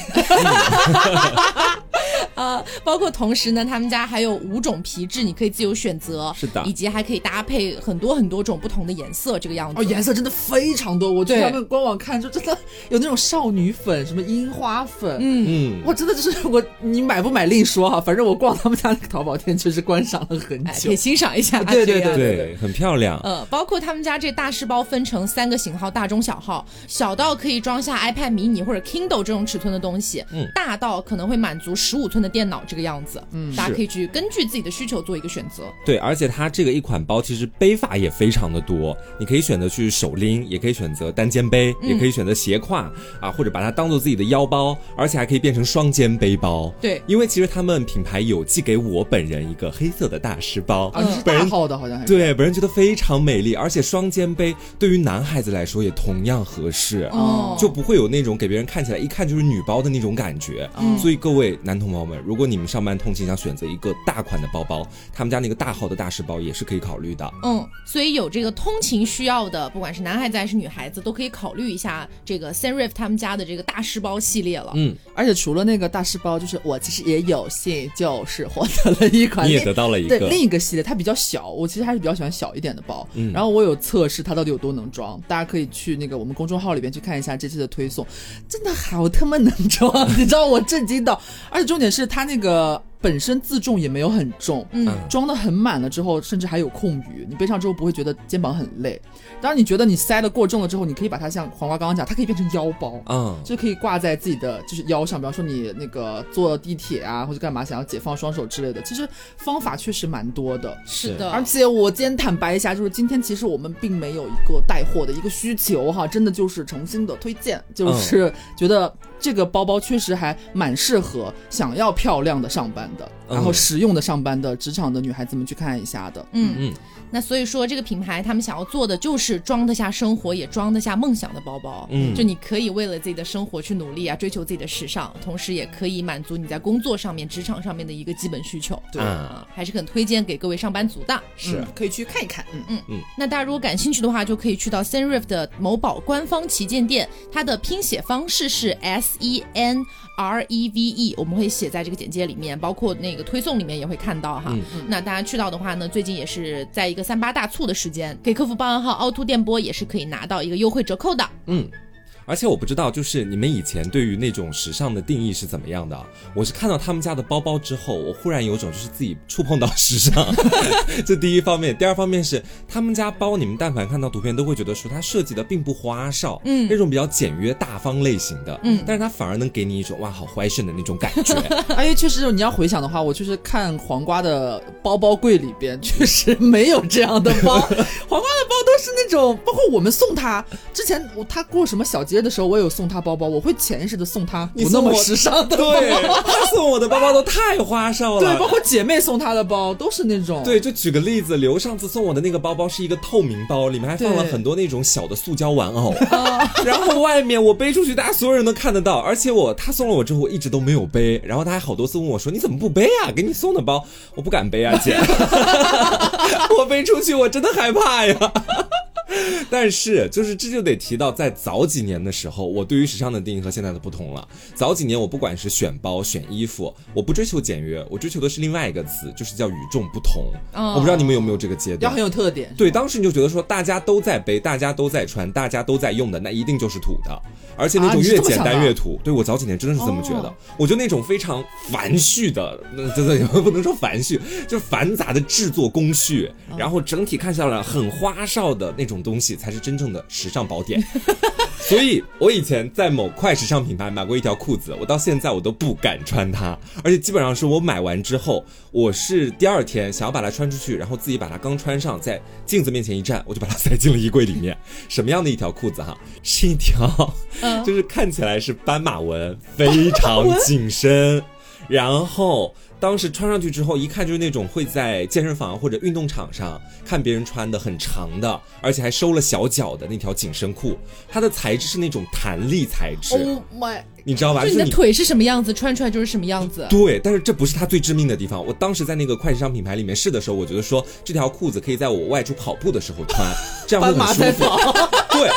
Speaker 3: 呃，包括同时呢，他们家还有五种皮质，你可以自由选择，
Speaker 2: 是的
Speaker 3: 以及还可以搭配很多很多种不同的颜色，这个样子。
Speaker 4: 哦，颜色真的非常多，我去
Speaker 3: 对
Speaker 4: 他们官网看，就真的有那种少女粉，什么樱花粉，
Speaker 3: 嗯，
Speaker 2: 嗯，
Speaker 4: 我真的就是我，你买不买另说哈、啊反正我逛他们家那个淘宝店确实观赏了很
Speaker 3: 哎，
Speaker 4: 久
Speaker 3: 可以。欣赏一下、
Speaker 4: 对对
Speaker 3: 这个样子
Speaker 4: 对
Speaker 2: 对，很漂亮。
Speaker 3: 呃，包括他们家这大师包分成三个型号，大、中、小号。小到可以装下 iPad mini 或者 Kindle 这种尺寸的东西，
Speaker 2: 嗯
Speaker 3: 大到可能会满足十五寸的电脑这个样子。
Speaker 4: 嗯
Speaker 3: 大
Speaker 2: 是
Speaker 3: 家可以去根据自己的需求做一个选择。
Speaker 2: 对，而且它这个一款包其实背法也非常的多，你可以选择去手拎，也可以选择单肩背，也可以选择斜挎啊，或者把它当做自己的腰包，而且还可以变成双肩背包。
Speaker 3: 对
Speaker 2: 因为其实他们品牌有寄给我本人一个黑色的大师包，
Speaker 4: 啊，这是大号的，好像还是。
Speaker 2: 对本人觉得非常美丽，而且双肩背对于男孩子来说也同样合适。
Speaker 4: 哦
Speaker 2: 就不会有那种给别人看起来一看就是女包的那种感觉。
Speaker 4: 嗯
Speaker 2: 所以各位男同胞们，如果你们上班通勤想选择一个大款的包包，他们家那个大号的大师包也是可以考虑的。
Speaker 3: 嗯，所以有这个通勤需要的，不管是男孩子还是女孩子，都可以考虑一下这个 Senrif 他们家的这个大师包系列了。
Speaker 2: 嗯，
Speaker 4: 而且除了那个大师包，就是我其实也有幸就是获得了一款
Speaker 2: 你
Speaker 4: 另
Speaker 2: 也得到了一
Speaker 4: 对
Speaker 2: 个
Speaker 4: 另一个系列，它比较小，我其实还是比较喜欢小一点的包。
Speaker 2: 嗯
Speaker 4: 然后我有测试它到底有多能装，大家可以去那个我们公众号里边去看一下这次的推送，真的好他妈能装， 你知道我震惊到，而且重点是它那个本身自重也没有很重，
Speaker 3: 嗯
Speaker 2: 嗯
Speaker 4: 装的很满了之后，甚至还有空余，你背上之后不会觉得肩膀很累。当然，你觉得你塞的过重了之后，你可以把它像黄瓜刚刚讲，它可以变成腰包。
Speaker 2: 嗯，
Speaker 4: 就可以挂在自己的就是腰上，比方说你那个坐地铁啊，或者干嘛想要解放双手之类的，其实方法确实蛮多的。
Speaker 3: 是的，
Speaker 4: 而且我今天坦白一下，就是今天其实我们并没有一个带货的一个需求哈，真的就是诚心的推荐，就是觉得这个包包确实还蛮适合想要漂亮的上班的，
Speaker 2: 嗯
Speaker 4: 然后实用的上班的职场的女孩子们去看一下的。
Speaker 3: 嗯
Speaker 2: 嗯
Speaker 3: 嗯，那所以说这个品牌他们想要做的就是装得下生活，也装得下梦想的包包。
Speaker 2: 嗯
Speaker 3: 就你可以为了自己的生活去努力啊，追求自己的时尚，同时也可以满足你在工作上面、职场上面的一个基本需求。
Speaker 4: 对
Speaker 2: 啊
Speaker 3: 还是很推荐给各位上班族的。
Speaker 2: 是
Speaker 4: 嗯可以去看一看，嗯。
Speaker 3: 那大家如果感兴趣的话，就可以去到 Senrif 的某宝官方旗舰店，它的拼写方式是 S E N R E V E，我们会写在这个简介里面，包括那个推送里面也会看到哈。
Speaker 2: 嗯
Speaker 3: 那大家去到的话呢，最近也是在一个三八大促的时间，给客服报暗号凹凸电波也是可以拿到一个优惠折扣的。
Speaker 2: 嗯。而且我不知道，就是你们以前对于那种时尚的定义是怎么样的？啊我是看到他们家的包包之后，我忽然有种就是自己触碰到时尚， 这第一方面。第二方面是他们家包，你们但凡看到图片都会觉得说它设计的并不花哨，
Speaker 3: 嗯
Speaker 2: 那种比较简约大方类型的，
Speaker 3: 嗯
Speaker 2: 但是它反而能给你一种哇好怀顺的那种感 觉，
Speaker 4: 哎，确实，你要回想的话，我就是看黄瓜的包包柜里边，确实没有这样的 包。黄瓜的包都是那种，包括我们送他之前，我他过什么小节日的时候，我有送他包包，我会潜意识的送他
Speaker 2: 你
Speaker 4: 不那
Speaker 2: 送我
Speaker 4: 么时尚的包。
Speaker 2: 对， 他送我的包包都太花哨了，
Speaker 4: 对，包括姐妹送他的包都是那种。
Speaker 2: 对，就举个例子，刘上次送我的那个包包是一个透明包，里面还放了
Speaker 4: 对
Speaker 2: 很多那种小的塑胶玩偶， 然后外面我背出去，大家所有人都看得到。而且我他送了我之后，我一直都没有背，然后他还好多次问我说：“你怎么不背啊？给你送的包，我不敢背啊，姐， 我背出去我真的害怕呀。” 但是，就是这就得提到，在早几年的时候，我对于时尚的定义和现在的不同了。早几年，我不管是选包、选衣服，我不追求简约，我追求的是另外一个词，就是叫与众不同。
Speaker 3: 哦
Speaker 2: 我不知道你们有没有这个阶
Speaker 4: 要
Speaker 2: 段
Speaker 4: 很。有特点。
Speaker 2: 对，当时你就觉得说，大家都在背，大家都在穿，大家都在用的，那一定就是土的，而且那
Speaker 4: 啊
Speaker 2: 种
Speaker 4: 你是
Speaker 2: 越
Speaker 4: 这么
Speaker 2: 简
Speaker 4: 想
Speaker 2: 单
Speaker 4: 的
Speaker 2: 越土。对我早几年真的是这么觉得，
Speaker 3: 哦
Speaker 2: 我觉得那种非常繁序的，那真的也不能说繁序， 就是繁杂的制作工序，然后整体看下来很花哨的那种东西，才是真正的时尚宝典。 所以，我以前在某快时尚品牌买过一条裤子，我到现在我都不敢穿它，而且基本上是我买完之后，我是第二天想要把它穿出去，然后自己把它刚穿上，在镜子面前一站，我就把它塞进了衣柜里面。什么样的一条裤子哈？是一条，
Speaker 3: 嗯
Speaker 2: 就是看起来是斑马纹，非常紧身，然后。当时穿上去之后，一看就是那种会在健身房或者运动场上看别人穿的很长的，而且还收了小脚的那条紧身裤，它的材质是那种弹力材质，
Speaker 4: ，Oh my！
Speaker 2: 你知道吧？
Speaker 3: 就
Speaker 2: 就
Speaker 3: 你
Speaker 2: 是
Speaker 3: 的
Speaker 2: 你
Speaker 3: 腿是什么样子，穿出来就是什么样子。
Speaker 2: 对，但是这不是它最致命的地方。我当时在那个快时尚品牌里面试的时候，我觉得说这条裤子可以在我外出跑步的时候穿，这样会
Speaker 4: 斑
Speaker 2: 很
Speaker 4: 马
Speaker 2: 舒
Speaker 4: 在
Speaker 2: 服。啊
Speaker 4: 跑，
Speaker 2: 对，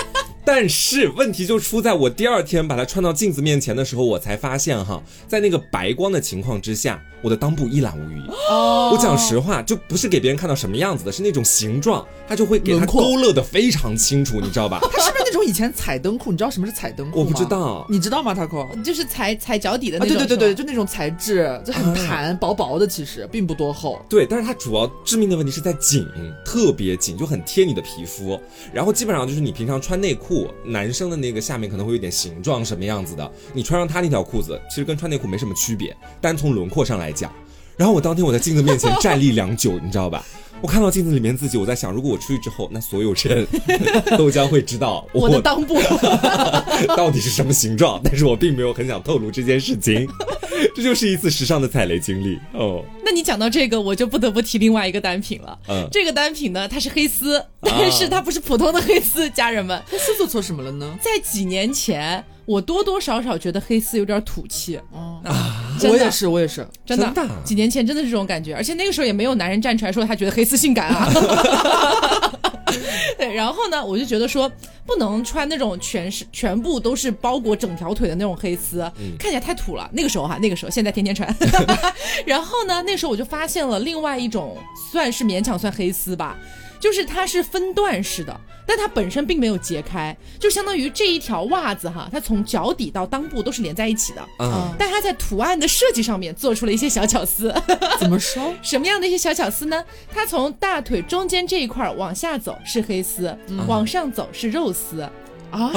Speaker 2: 但是问题就出在我第二天把它穿到镜子面前的时候，我才发现哈，在那个白光的情况之下，我的裆部一览无余。
Speaker 4: 哦
Speaker 2: 我讲实话，就不是给别人看到什么样子的，是那种形状，它就会给它
Speaker 4: 轮廓
Speaker 2: 勾勒的非常清楚，你知道吧？
Speaker 4: 它是不是那种以前彩灯裤？你知道什么是彩灯裤
Speaker 2: 我
Speaker 4: 吗？
Speaker 2: 不知，道，
Speaker 4: 你知道吗，Taco？啊，
Speaker 3: 就是踩踩脚底的那
Speaker 4: 对
Speaker 3: 种。
Speaker 4: 啊对对对，
Speaker 3: 是吧，
Speaker 4: 就那种材质，就
Speaker 2: 啊
Speaker 4: 很弹，薄薄的，其实并不多厚。
Speaker 2: 对，但是它主要致命的问题是在紧，特别紧，就很贴你的皮肤。然后基本上就是你平常穿内裤，男生的那个下面可能会有点形状什么样子的，你穿上他那条裤子，其实跟穿内裤没什么区别，单从轮廓上来讲。然后我当天我在镜子面前站立良久，你知道吧？我看到镜子里面自己，我在想，如果我出去之后，那所有人都将会知道
Speaker 4: 我的裆部，
Speaker 2: 到底是什么形状，但是我并没有很想透露这件事情，这就是一次时尚的踩雷经历哦。
Speaker 3: 那你讲到这个，我就不得不提另外一个单品了。
Speaker 2: 嗯
Speaker 3: 这个单品呢，它是黑丝，但 是它不是普通的黑丝，家人们。
Speaker 4: 是做错什么了呢？
Speaker 3: 在几年前，我多多少少觉得黑丝有点土气，啊
Speaker 4: 哦，
Speaker 3: 真
Speaker 4: 我
Speaker 3: 的
Speaker 4: 也是，我也是。
Speaker 3: 真的，
Speaker 2: 真的啊
Speaker 3: 几年前真的是这种感觉，而且那个时候也没有男人站出来说他觉得黑丝性感 啊。对，然后呢，我就觉得说不能穿那种全是全部都是包裹整条腿的那种黑丝，
Speaker 2: 嗯
Speaker 3: 看起来太土了。那个时候哈、那个时候现在天天 穿。然后呢，那时候我就发现了另外一种，算是勉强算黑丝吧，就是它是分段式的，但它本身并没有截开，就相当于这一条袜子哈，它从脚底到裆部都是连在一起的。
Speaker 2: 啊，
Speaker 3: 但它在图案的设计上面做出了一些小巧思。
Speaker 4: 怎么 说？
Speaker 3: 什么样的一些小巧思呢？它从大腿中间这一块儿往下走是黑丝，
Speaker 4: 嗯
Speaker 3: 往上走是肉丝。
Speaker 2: 啊，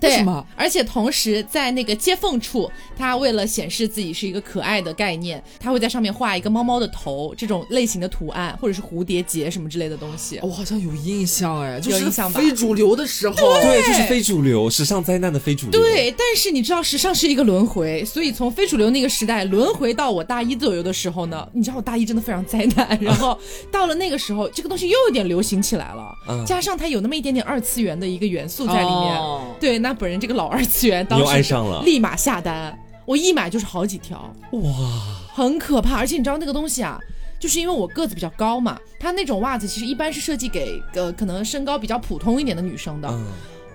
Speaker 3: 对，
Speaker 4: 为什么
Speaker 3: 而且同时在那个接缝处，它为了显示自己是一个可爱的概念，它会在上面画一个猫猫的头这种类型的图案，或者是蝴蝶结什么之类的东西。
Speaker 4: 我好像有印象哎，就
Speaker 3: 有
Speaker 4: 是
Speaker 3: 印象吧
Speaker 4: 非主流的时候，
Speaker 2: 对，这是非主流，时尚灾难的非主流。
Speaker 3: 对，但是你知道时尚是一个轮回，所以从非主流那个时代轮回到我大一左右的时候呢，你知道我大一真的非常灾难，然
Speaker 2: 啊
Speaker 3: 后到了那个时候，这个东西又有点流行起来了，
Speaker 2: 嗯
Speaker 3: 加上它有那么一点点二次元的一个元素在里面，
Speaker 4: 哦
Speaker 3: 对，那本人这个老二次元当时
Speaker 2: 你又爱上了
Speaker 3: 立马下单，我一买就是好几条，
Speaker 2: 哇，
Speaker 3: 很可怕，而且你知道那个东西啊。就是因为我个子比较高嘛，它那种袜子其实一般是设计给呃可能身高比较普通一点的女生的。
Speaker 2: 嗯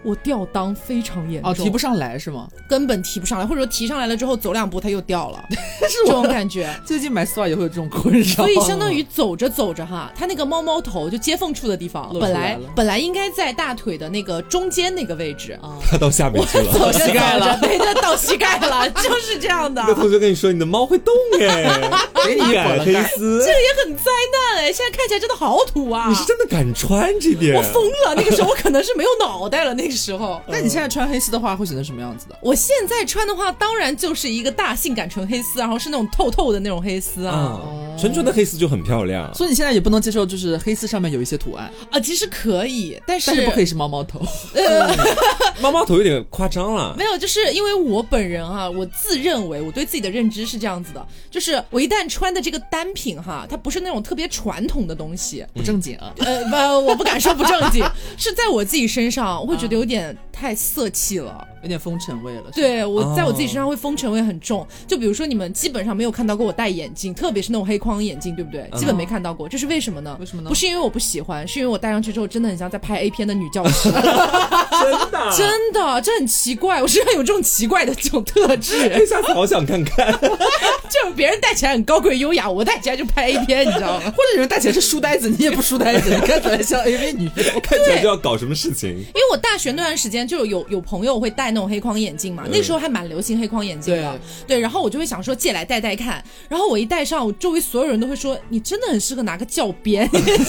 Speaker 3: 我吊裆非常严重，
Speaker 4: 哦，提不上来是吗？
Speaker 3: 根本提不上来，或者说提上来了之后走两步它又掉 了，这种感觉。
Speaker 4: 最近买丝袜也会有这种困扰，
Speaker 3: 所以 相当于走着走着哈，它那个猫猫头就接缝处的地方，
Speaker 4: 露出
Speaker 3: 本
Speaker 4: 来
Speaker 3: 来
Speaker 4: 了
Speaker 3: 本来应该在大腿的那个中间那个位置，
Speaker 2: 他到下面去了。
Speaker 3: 走着走
Speaker 4: 膝 盖
Speaker 3: 着
Speaker 4: 啊了
Speaker 3: 对，它到膝盖 了，就是这样的。
Speaker 2: 那同学跟你说，你的猫会动哎，
Speaker 4: 给你一
Speaker 2: 改
Speaker 4: 裹了
Speaker 2: 黑
Speaker 4: 盖。
Speaker 2: 丝，
Speaker 3: 也很灾难哎，现在看起来真的好土啊！
Speaker 2: 你是真的敢穿这点？
Speaker 3: 我疯了，那个时候我可能是没有脑袋了，那个时候。
Speaker 4: 那你现在穿黑丝的话，会显得什么样子的？
Speaker 3: 我现在穿的话，当然就是一个大性感纯黑丝，然后是那种透透的那种黑丝
Speaker 4: 嗯
Speaker 3: 啊
Speaker 2: 啊！纯纯的黑丝就很漂亮。
Speaker 4: 所以你现在也不能接受，就是黑丝上面有一些图案，
Speaker 3: 啊，其实可以，但是
Speaker 4: 但是不可以是猫猫头。
Speaker 2: 猫猫头有点夸张了
Speaker 3: 没，有，就是因为我本人啊，我自认为我对自己的认知是这样子的，就是我一旦穿的这个单品哈，它不是那种特别传统的东西，
Speaker 4: 不正经啊！
Speaker 3: 呃，不，我不敢说不正 经，是在我自己身上，我会觉得有点太色气了。
Speaker 4: 有点风尘味了。是吧，
Speaker 3: 对我在我自己身上会风尘味很重，就比如说你们基本上没有看到过我戴眼镜，特别是那种黑框眼镜，对不对？基本没看到过，这是为什么呢？
Speaker 4: 嗯为什么呢
Speaker 3: 不是因为我不喜欢，是因为我戴上去之后真的很像在拍 A 片的女教 师。
Speaker 2: 真的。啊
Speaker 3: 真的，这很奇怪，我身上有这种奇怪的这种特质，
Speaker 2: 哎，下次好想看看。
Speaker 3: 就是别人戴起来很高贵优雅，我戴起来就拍 A 片，你知道吗？
Speaker 4: 或者有人戴起来是书呆子，你也不书呆子，你看起来像 AV 女优。
Speaker 2: 看起来就要搞什么事情，
Speaker 3: 因为我大学那段时间就有有朋友会戴那种黑框眼镜嘛，那时候还蛮流行黑框眼镜的，嗯对然后我就会想说借来戴戴看，然后我一戴上，我周围所有人都会说你真的很适合拿个教鞭，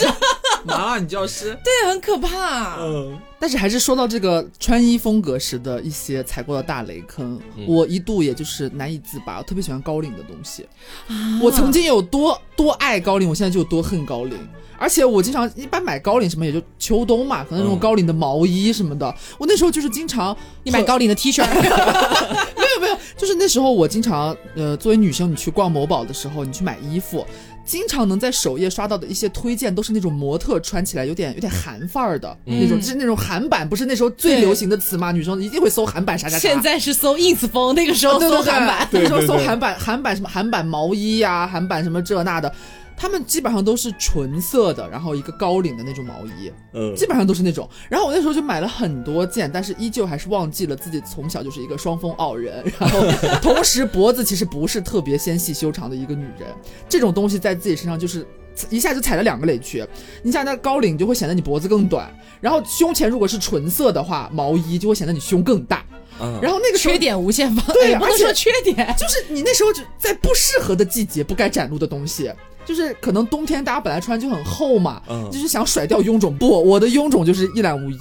Speaker 4: 麻辣女教师。
Speaker 3: 对，很可怕。
Speaker 2: 嗯，
Speaker 4: 但是还是说到这个穿衣风格时的一些踩过的大雷坑，我一度也就是难以自拔。我特别喜欢高领的东西，
Speaker 3: 啊
Speaker 4: 我曾经有多多爱高领，我现在就有多恨高领。而且我经常一般买高领什么，也就秋冬嘛，可能那
Speaker 2: 嗯
Speaker 4: 种高领的毛衣什么的。我那时候就是经常
Speaker 3: 你买
Speaker 4: 和
Speaker 3: 高领的 T 恤，
Speaker 4: 没有没有，就是那时候我经常呃，作为女生，你去逛某宝的时候，你去买衣服，经常能在首页刷到的一些推荐，都是那种模特穿起来有点有点韩范儿的、那种，就是那种韩版，不是那时候最
Speaker 3: 对
Speaker 4: 流行的词嘛？女生一定会搜韩版啥啥啥。
Speaker 3: 现在是搜 ins 风，那个时候
Speaker 4: 哦对
Speaker 3: 搜
Speaker 4: 对对
Speaker 3: 韩版，
Speaker 4: 那时候
Speaker 2: 对对
Speaker 4: 搜
Speaker 2: 对
Speaker 4: 啊韩版韩版什么韩版毛衣呀、韩版什么这那的。他们基本上都是纯色的，然后一个高领的那种毛衣，
Speaker 2: 嗯
Speaker 4: 基本上都是那种。然后我那时候就买了很多件，但是依旧还是忘记了自己从小就是一个双峰傲人，然 后同时脖子其实不是特别纤细修长的一个女人，这种东西在自己身上就是。一下就踩了两个雷区，你想那高领就会显得你脖子更短，然后胸前如果是纯色的话，毛衣就会显得你胸更大，
Speaker 2: 啊，
Speaker 4: 然后那个时候
Speaker 3: 缺点无限放大，
Speaker 4: 对
Speaker 3: 也不能
Speaker 4: 而且
Speaker 3: 说缺点，
Speaker 4: 就是你那时候就在不适合的季节不该展露的东西，就是可能冬天大家本来穿就很厚嘛，
Speaker 2: 嗯
Speaker 4: 就是想甩掉臃肿，不，我的臃肿就是一览无遗。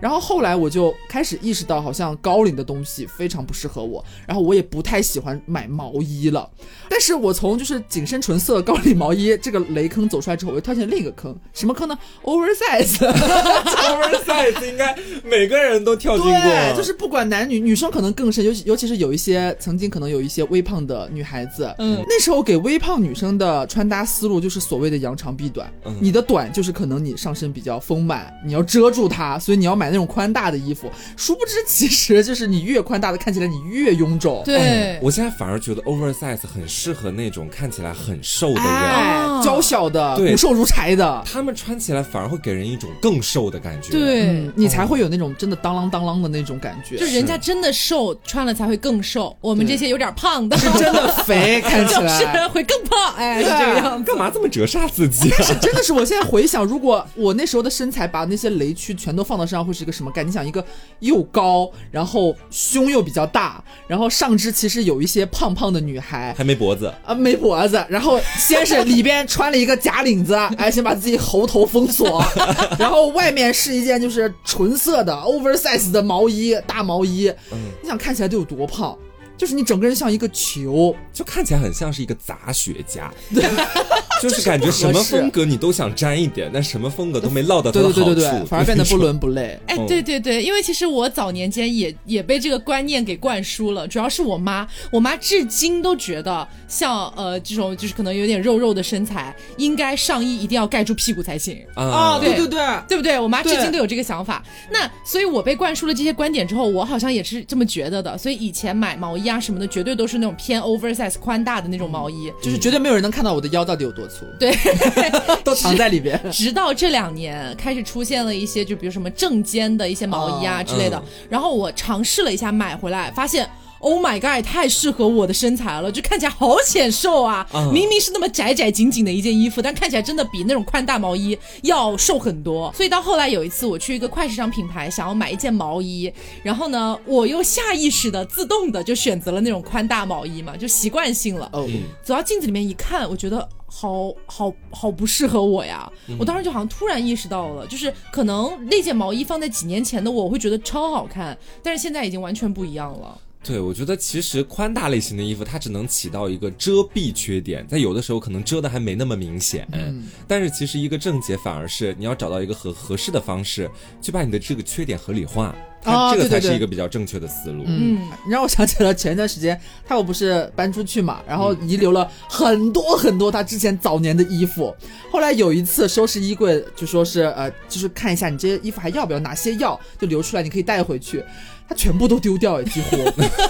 Speaker 4: 然后后来我就开始意识到，好像高领的东西非常不适合我，然后我也不太喜欢买毛衣了。但是我从就是紧身纯色高领毛衣这个雷坑走出来之后，我又跳进另一个坑，什么坑呢？oversize。
Speaker 2: oversize 应该每个人都跳进过，
Speaker 4: 对，就是不管男女，女生可能更深，尤其尤其是有一些曾经可能有一些微胖的女孩子，
Speaker 3: 嗯，
Speaker 4: 那时候给微胖女生的穿搭思路就是所谓的扬长避短，
Speaker 2: 嗯
Speaker 4: 你的短就是可能你上身比较丰满，你要遮住它，所以你要买那种宽大的衣服。殊不知，其实就是你越宽大的，看起来你越臃肿。
Speaker 3: 对，
Speaker 2: 哎我现在反而觉得 oversize 很适合那种看起来很瘦的人，
Speaker 4: 哎
Speaker 3: 啊，
Speaker 4: 娇小的，
Speaker 2: 对
Speaker 4: 骨瘦如柴的，
Speaker 2: 他们穿起来反而会给人一种更瘦的感觉。，
Speaker 3: 对
Speaker 4: 嗯，，你才会有那种真的当啷当啷的那种感觉，
Speaker 3: 就人家真的瘦，穿了才会更瘦，我们
Speaker 4: 对
Speaker 3: 这些有点胖的，
Speaker 4: 是真的肥，看 起
Speaker 3: 就
Speaker 4: 来。
Speaker 3: 是会更胖，哎，是这个样子。
Speaker 2: 干嘛这么折煞自己 啊？
Speaker 4: 是真的是，我现在回想，如果我那时候的身材把那些雷区全都放到身上，会是一个什么概念？你想，一个又高，然后胸又比较大，然后上肢其实有一些胖胖的女孩。
Speaker 2: 还没脖子，
Speaker 4: 啊，没脖子，然后先是里边穿了一个假领子，哎，先把自己喉头封锁，然后外面是一件就是纯色的 oversize 的毛衣，大毛衣，
Speaker 2: 嗯
Speaker 4: 你想看起来得有多胖？就是你整个人像一个球，
Speaker 2: 就看起来很像是一个杂学家， 就是感觉什么风格你都想沾一点，但什么风格都没落到他
Speaker 4: 对
Speaker 2: 的
Speaker 4: 对
Speaker 2: 好处，
Speaker 4: 对对对，反而变得不
Speaker 2: 就是
Speaker 4: 伦不类。
Speaker 3: 哎，对对对，因为其实我早年间也也被这个观念给灌输了，主要是我妈，我妈至今都觉得像呃这种就是可能有点肉肉的身材，应该上衣一定要盖住屁股才行。
Speaker 2: 啊，
Speaker 3: 对
Speaker 4: 对，
Speaker 3: 对不对？我妈至
Speaker 4: 对
Speaker 3: 今都有这个想法。那所以，我被灌输了这些观点之后，我好像也是这么觉得的。所以以前买毛衣啊什么的，绝对都是那种偏 oversize 宽大的那种毛衣。
Speaker 4: 就是绝对没有人能看到我的腰到底有多粗，
Speaker 3: 对，
Speaker 4: 都藏在里边。
Speaker 3: 直到这两年开始出现了一些，就比如什么正肩的一些毛衣啊
Speaker 4: 哦
Speaker 3: 之类的。然后我尝试了一下买回来，发现。Oh my god！太适合我的身材了，就看起来好显瘦啊！
Speaker 2: 嗯
Speaker 3: 明明是那么窄窄紧紧的一件衣服，但看起来真的比那种宽大毛衣要瘦很多。所以到后来有一次，我去一个快时尚品牌想要买一件毛衣，然后呢，我又下意识的自动的就选择了那种宽大毛衣嘛，就习惯性了。
Speaker 4: 哦，
Speaker 3: 走到镜子里面一看，我觉得好好好不适合我呀！我当时就好像突然意识到了，就是可能那件毛衣放在几年前的我，我会觉得超好看，但是现在已经完全不一样了。
Speaker 2: 对，我觉得其实宽大类型的衣服，它只能起到一个遮蔽缺点，在有的时候可能遮的还没那么明显。
Speaker 4: 嗯
Speaker 2: 但是其实一个正解反而是你要找到一个合合适的方式，去把你的这个缺点合理化，它
Speaker 4: 哦
Speaker 2: 这个
Speaker 4: 对对
Speaker 2: 才是
Speaker 4: 对
Speaker 2: 一个比较正确的思路。
Speaker 4: 嗯，你让我想起了前一段时间，他我不是搬出去嘛，然后遗留了很多很多他之前早年的衣服。后来有一次收拾衣柜，就说是呃，就是看一下你这些衣服还要不要，哪些要就留出来，你可以带回去。他全部都丢掉哎，几乎。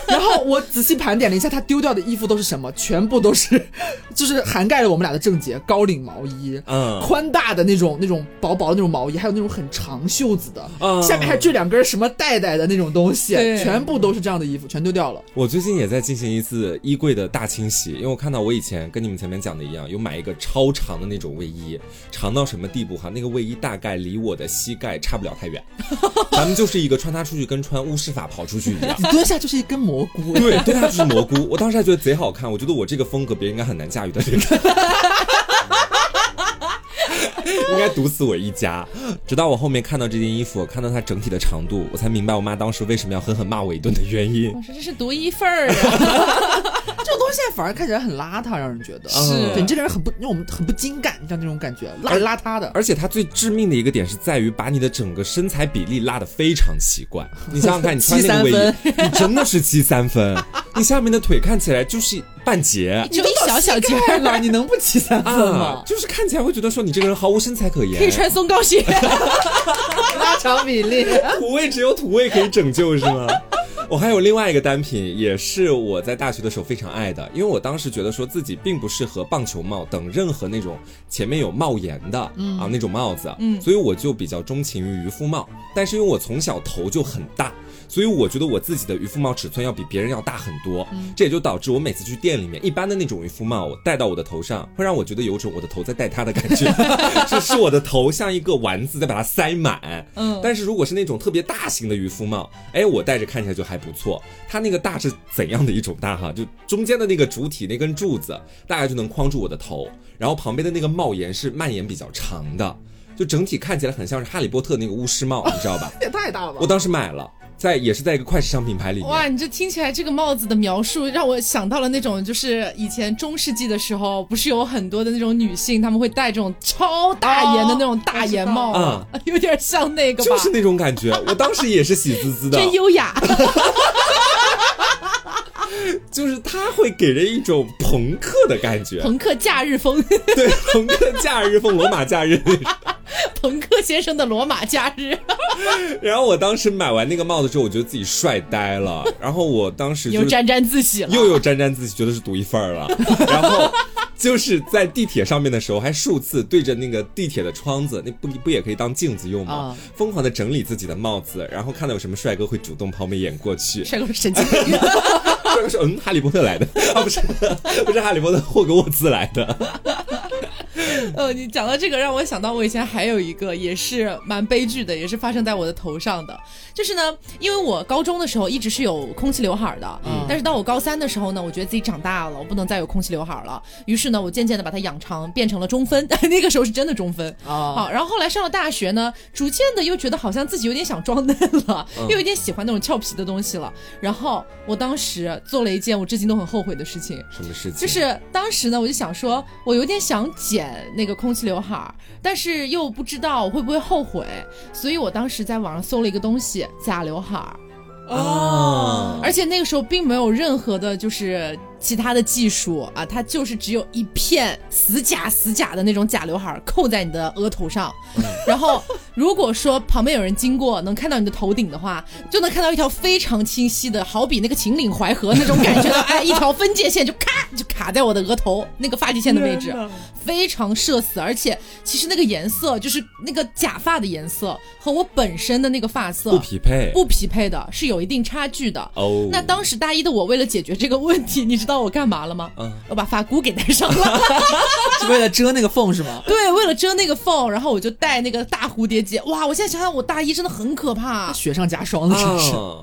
Speaker 4: 然后我仔细盘点了一下，他丢掉的衣服都是什么？全部都是， 就是涵盖了我们俩的症结：高领毛衣，
Speaker 2: 嗯
Speaker 4: 宽大的那种、那种薄薄的那种毛衣，还有那种很长袖子的，
Speaker 2: 嗯
Speaker 4: 下面还缀两根什么带带的那种东西，
Speaker 3: 对
Speaker 4: 全部都是这样的衣服，全丢掉了。
Speaker 2: 我最近也在进行一次衣柜的大清洗，因为我看到我以前跟你们前面讲的一样，有买一个超长的那种卫衣，长到什么地步哈？那个卫衣大概离我的膝盖差不了太远，咱们就是一个穿它出去跟穿巫师法跑出去一样。
Speaker 4: 你蹲下就是一根蘑菇，
Speaker 2: 对，对它就是蘑菇。我当时还觉得贼好看，我觉得我这个风格别人应该很难驾驭的这个。 应该毒死我一家。直到我后面看到这件衣服，看到它整体的长度，我才明白我妈当时为什么要狠狠骂我一顿的原因。
Speaker 3: 我说这是独一份儿啊！
Speaker 4: 这种东西现在反而看起来很邋遢，让人觉得
Speaker 2: 是
Speaker 4: 对你这个人很不，让我们很不精干，像那种感觉，邋里邋遢的。
Speaker 2: 而且它最致命的一个点是在于把你的整个身材比例拉得非常奇 怪。你想想看，你穿那个卫衣，你真的是七三 分，你下面的腿看起来就是半截
Speaker 3: 就一小小件
Speaker 4: 太
Speaker 3: 儿，
Speaker 4: 了，你能不起三分
Speaker 2: 啊
Speaker 4: 吗，？
Speaker 2: 就是看起来会觉得说你这个人毫无身材可言。
Speaker 3: 可以穿松糕鞋。
Speaker 4: 拉长比例，
Speaker 2: 土味只有土味可以拯救是吗？我还有另外一个单品，也是我在大学的时候非常爱的，因为我当时觉得说自己并不适合棒球帽等任何那种前面有帽檐的、啊那种帽子，嗯，所以我就比较钟情于渔夫帽。但是因为我从小头就很大，所以我觉得我自己的渔夫帽尺寸要比别人要大很多，这也就导致我每次去店里面，一般的那种渔夫帽我戴到我的头上，会让我觉得有种我的头在戴它的感觉， 就是我的头像一个丸子在把它塞满，
Speaker 3: 嗯
Speaker 2: 但是如果是那种特别大型的渔夫帽，哎，我戴着看起来就还不错。它那个大是怎样的一种大哈？就中间的那个主体那根柱子，大概就能框住我的头，然后旁边的那个帽檐是蔓延比较长的，就整体看起来很像是哈利波特那个巫师帽，你知道吧？
Speaker 4: 也太大了吧
Speaker 2: 我！当时买了，在也是在一个快时尚品牌里面。
Speaker 3: 哇，你这听起来这个帽子的描述让我想到了那种，就是以前中世纪的时候，不是有很多的那种女性，她们会戴这种超大檐的那种大檐帽吗， 有点像那个吧，
Speaker 2: 就是那种感觉，我当时也是喜滋滋 的，
Speaker 3: 真优雅。
Speaker 2: 就是它会给人一种朋克的感觉，
Speaker 3: 朋克假日风，
Speaker 2: 对，朋克假日风、罗马假日
Speaker 3: 朋克先生的罗马假日，
Speaker 2: 然后我当时买完那个帽子之后，我觉得自己帅呆了。然后我当时
Speaker 3: 又
Speaker 2: 就
Speaker 3: 沾沾自喜了。
Speaker 2: 又有沾沾自喜，觉得是独一份儿了。然后就是在地铁上面的时候，还数次对着那个地铁的窗子，那不不也可以当镜子用吗？
Speaker 4: 啊
Speaker 2: 疯狂的整理自己的帽子，然后看到有什么帅哥会主动抛媚眼 过去。
Speaker 3: 帅哥神经病，
Speaker 2: 帅哥说：“嗯，哈利波特来的啊，不是，不是哈利波特，霍格沃兹来的。”
Speaker 3: 呃，你讲到这个，让我想到我以前还有一个也是蛮悲剧的，也是发生在我的头上的。就是呢，因为我高中的时候一直是有空气刘海儿的，
Speaker 2: 嗯
Speaker 3: 但是到我高三的时候呢，我觉得自己长大了，我不能再有空气刘海儿了，于是呢，我渐渐的把它养长，变成了中分。 那个时候是真的中分。
Speaker 4: 啊，
Speaker 3: 好，然后后来上了大学呢，逐渐的又觉得好像自己有点想装嫩了，又有点喜欢那种俏皮的东西了。然后我当时做了一件我至今都很后悔的事情，
Speaker 2: 什么事情？
Speaker 3: 就是当时呢，我就想说，我有点想剪那个空气刘海儿，但是又不知道我会不会后悔，所以我当时在网上搜了一个东西——假刘海儿，
Speaker 2: 啊，
Speaker 3: 哦而且那个时候并没有任何的，就是其他的技术啊，它就是只有一片死假死假的那种假刘海儿扣在你的额头上，
Speaker 2: 嗯
Speaker 3: 然后如果说旁边有人经过能看到你的头顶的话，就能看到一条非常清晰的，好比那个秦岭淮河那种感觉的，哎，一条分界线就咔就卡在我的额头那个发际线的位置，非常社死，而且其实那个颜色就是那个假发的颜色和我本身的那个发色
Speaker 2: 不匹配
Speaker 3: 不匹配的，是有一定差距的。
Speaker 2: 哦。
Speaker 3: 那当时大一的我为了解决这个问题，你知道我干嘛了吗？
Speaker 2: 嗯
Speaker 3: 我把发箍给戴上了。
Speaker 4: 是为了遮那个缝是吗？
Speaker 3: 对，为了遮那个缝，然后我就戴那个大蝴蝶结。哇，我现在想想，我大一真的很可怕。
Speaker 4: 雪上加霜的真是。
Speaker 2: 啊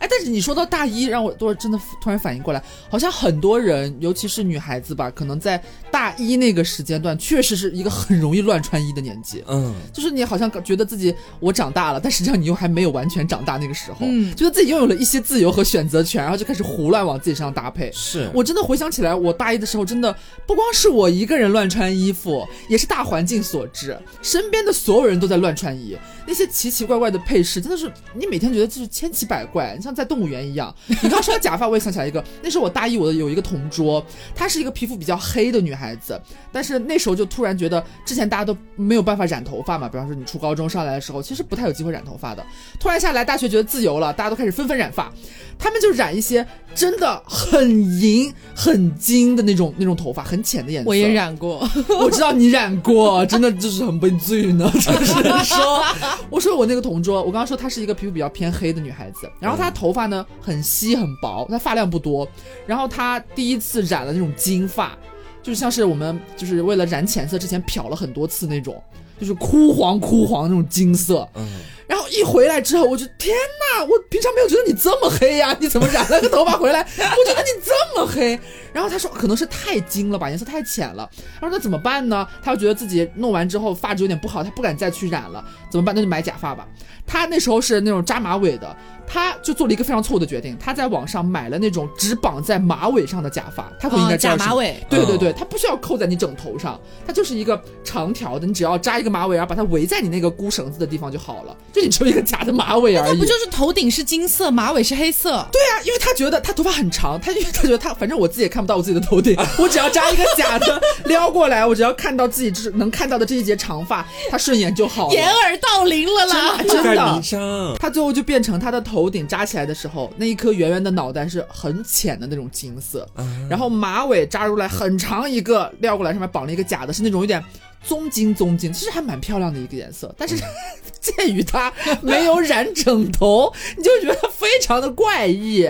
Speaker 4: 哎，但是你说到大一，让我多真的突然反应过来，好像很多人，尤其是女孩子吧，可能在大一那个时间段，确实是一个很容易乱穿衣的年纪。
Speaker 2: 嗯，
Speaker 4: 就是你好像觉得自己我长大了，但实际上你又还没有完全长大那个时候，
Speaker 3: 嗯
Speaker 4: 觉得自己拥有了一些自由和选择权，然后就开始胡乱往自己身上搭配。
Speaker 2: 是
Speaker 4: 我真的回想起来，我大一的时候真的不光是我一个人乱穿衣服，也是大环境所致，身边的所有人都在乱穿衣，那些奇奇怪怪的配饰，真的是你每天觉得就是千奇百怪，你像在动物园一样。你刚刚说到假发，我也想起来一个，那时候我大一，我的有一个同桌，她是一个皮肤比较黑的女孩子，但是那时候就突然觉得，之前大家都没有办法染头发嘛，比方说你初高中上来的时候，其实不太有机会染头发的，突然下来大学觉得自由了，大家都开始纷纷染发，他们就染一些真的很银、很金的那种那种头发，很浅的颜色。
Speaker 3: 我也，染过，
Speaker 4: 我知道你染过，真的就是很悲剧呢。 就是说，我说我那个同桌，我刚刚说她是一个皮肤比较偏黑的女孩子，然后她头发呢很稀很薄，她发量不多，然后她第一次染了那种金发，就是像是我们就是为了染浅色之前漂了很多次那种，就是枯黄枯黄那种金色。
Speaker 2: 嗯，
Speaker 4: 然后一回来之后，我就天哪！我平常没有觉得你这么黑呀、 你怎么染了个头发回来？我觉得你这么黑。然后他说可能是太金了吧，颜色太浅了。他说那怎么办呢？他又觉得自己弄完之后发质有点不好，他不敢再去染了，怎么办？那就买假发吧。他那时候是那种扎马尾的，他就做了一个非常错误的决定，他在网上买了那种只绑在马尾上的假发，他可能应该
Speaker 3: 嗯
Speaker 4: 知道
Speaker 3: 假
Speaker 4: 是什么
Speaker 3: 马尾。
Speaker 4: 对对对，它不需要扣在你整头上，它就是一个长条的，你只要扎一个马尾，然后把它围在你那个箍绳子的地方就好了。就你只有一个假的马尾而
Speaker 3: 那
Speaker 4: 已。
Speaker 3: 不就是头顶是金色，马尾是黑色？
Speaker 4: 对啊，因为他觉得他头发很长，他因为他觉得他反正我自己也看不到我自己的头顶，我只要扎一个假的撩过来，我只要看到自己这能看到的这一截长发，他顺眼就好了。
Speaker 3: 掩耳盗铃了啦！
Speaker 4: 真的真
Speaker 2: 盖
Speaker 4: 的
Speaker 2: 迷，障。
Speaker 4: 他最后就变成他的头顶扎起来的时候，那一颗圆圆的脑袋是很浅的那种金色，
Speaker 2: 啊
Speaker 4: 然后马尾扎出来很长一个，撂过来上面绑了一个假的，是那种有点棕金棕金，其实还蛮漂亮的一个颜色，但是 鉴于它没有染整头，你就觉得非常的怪异。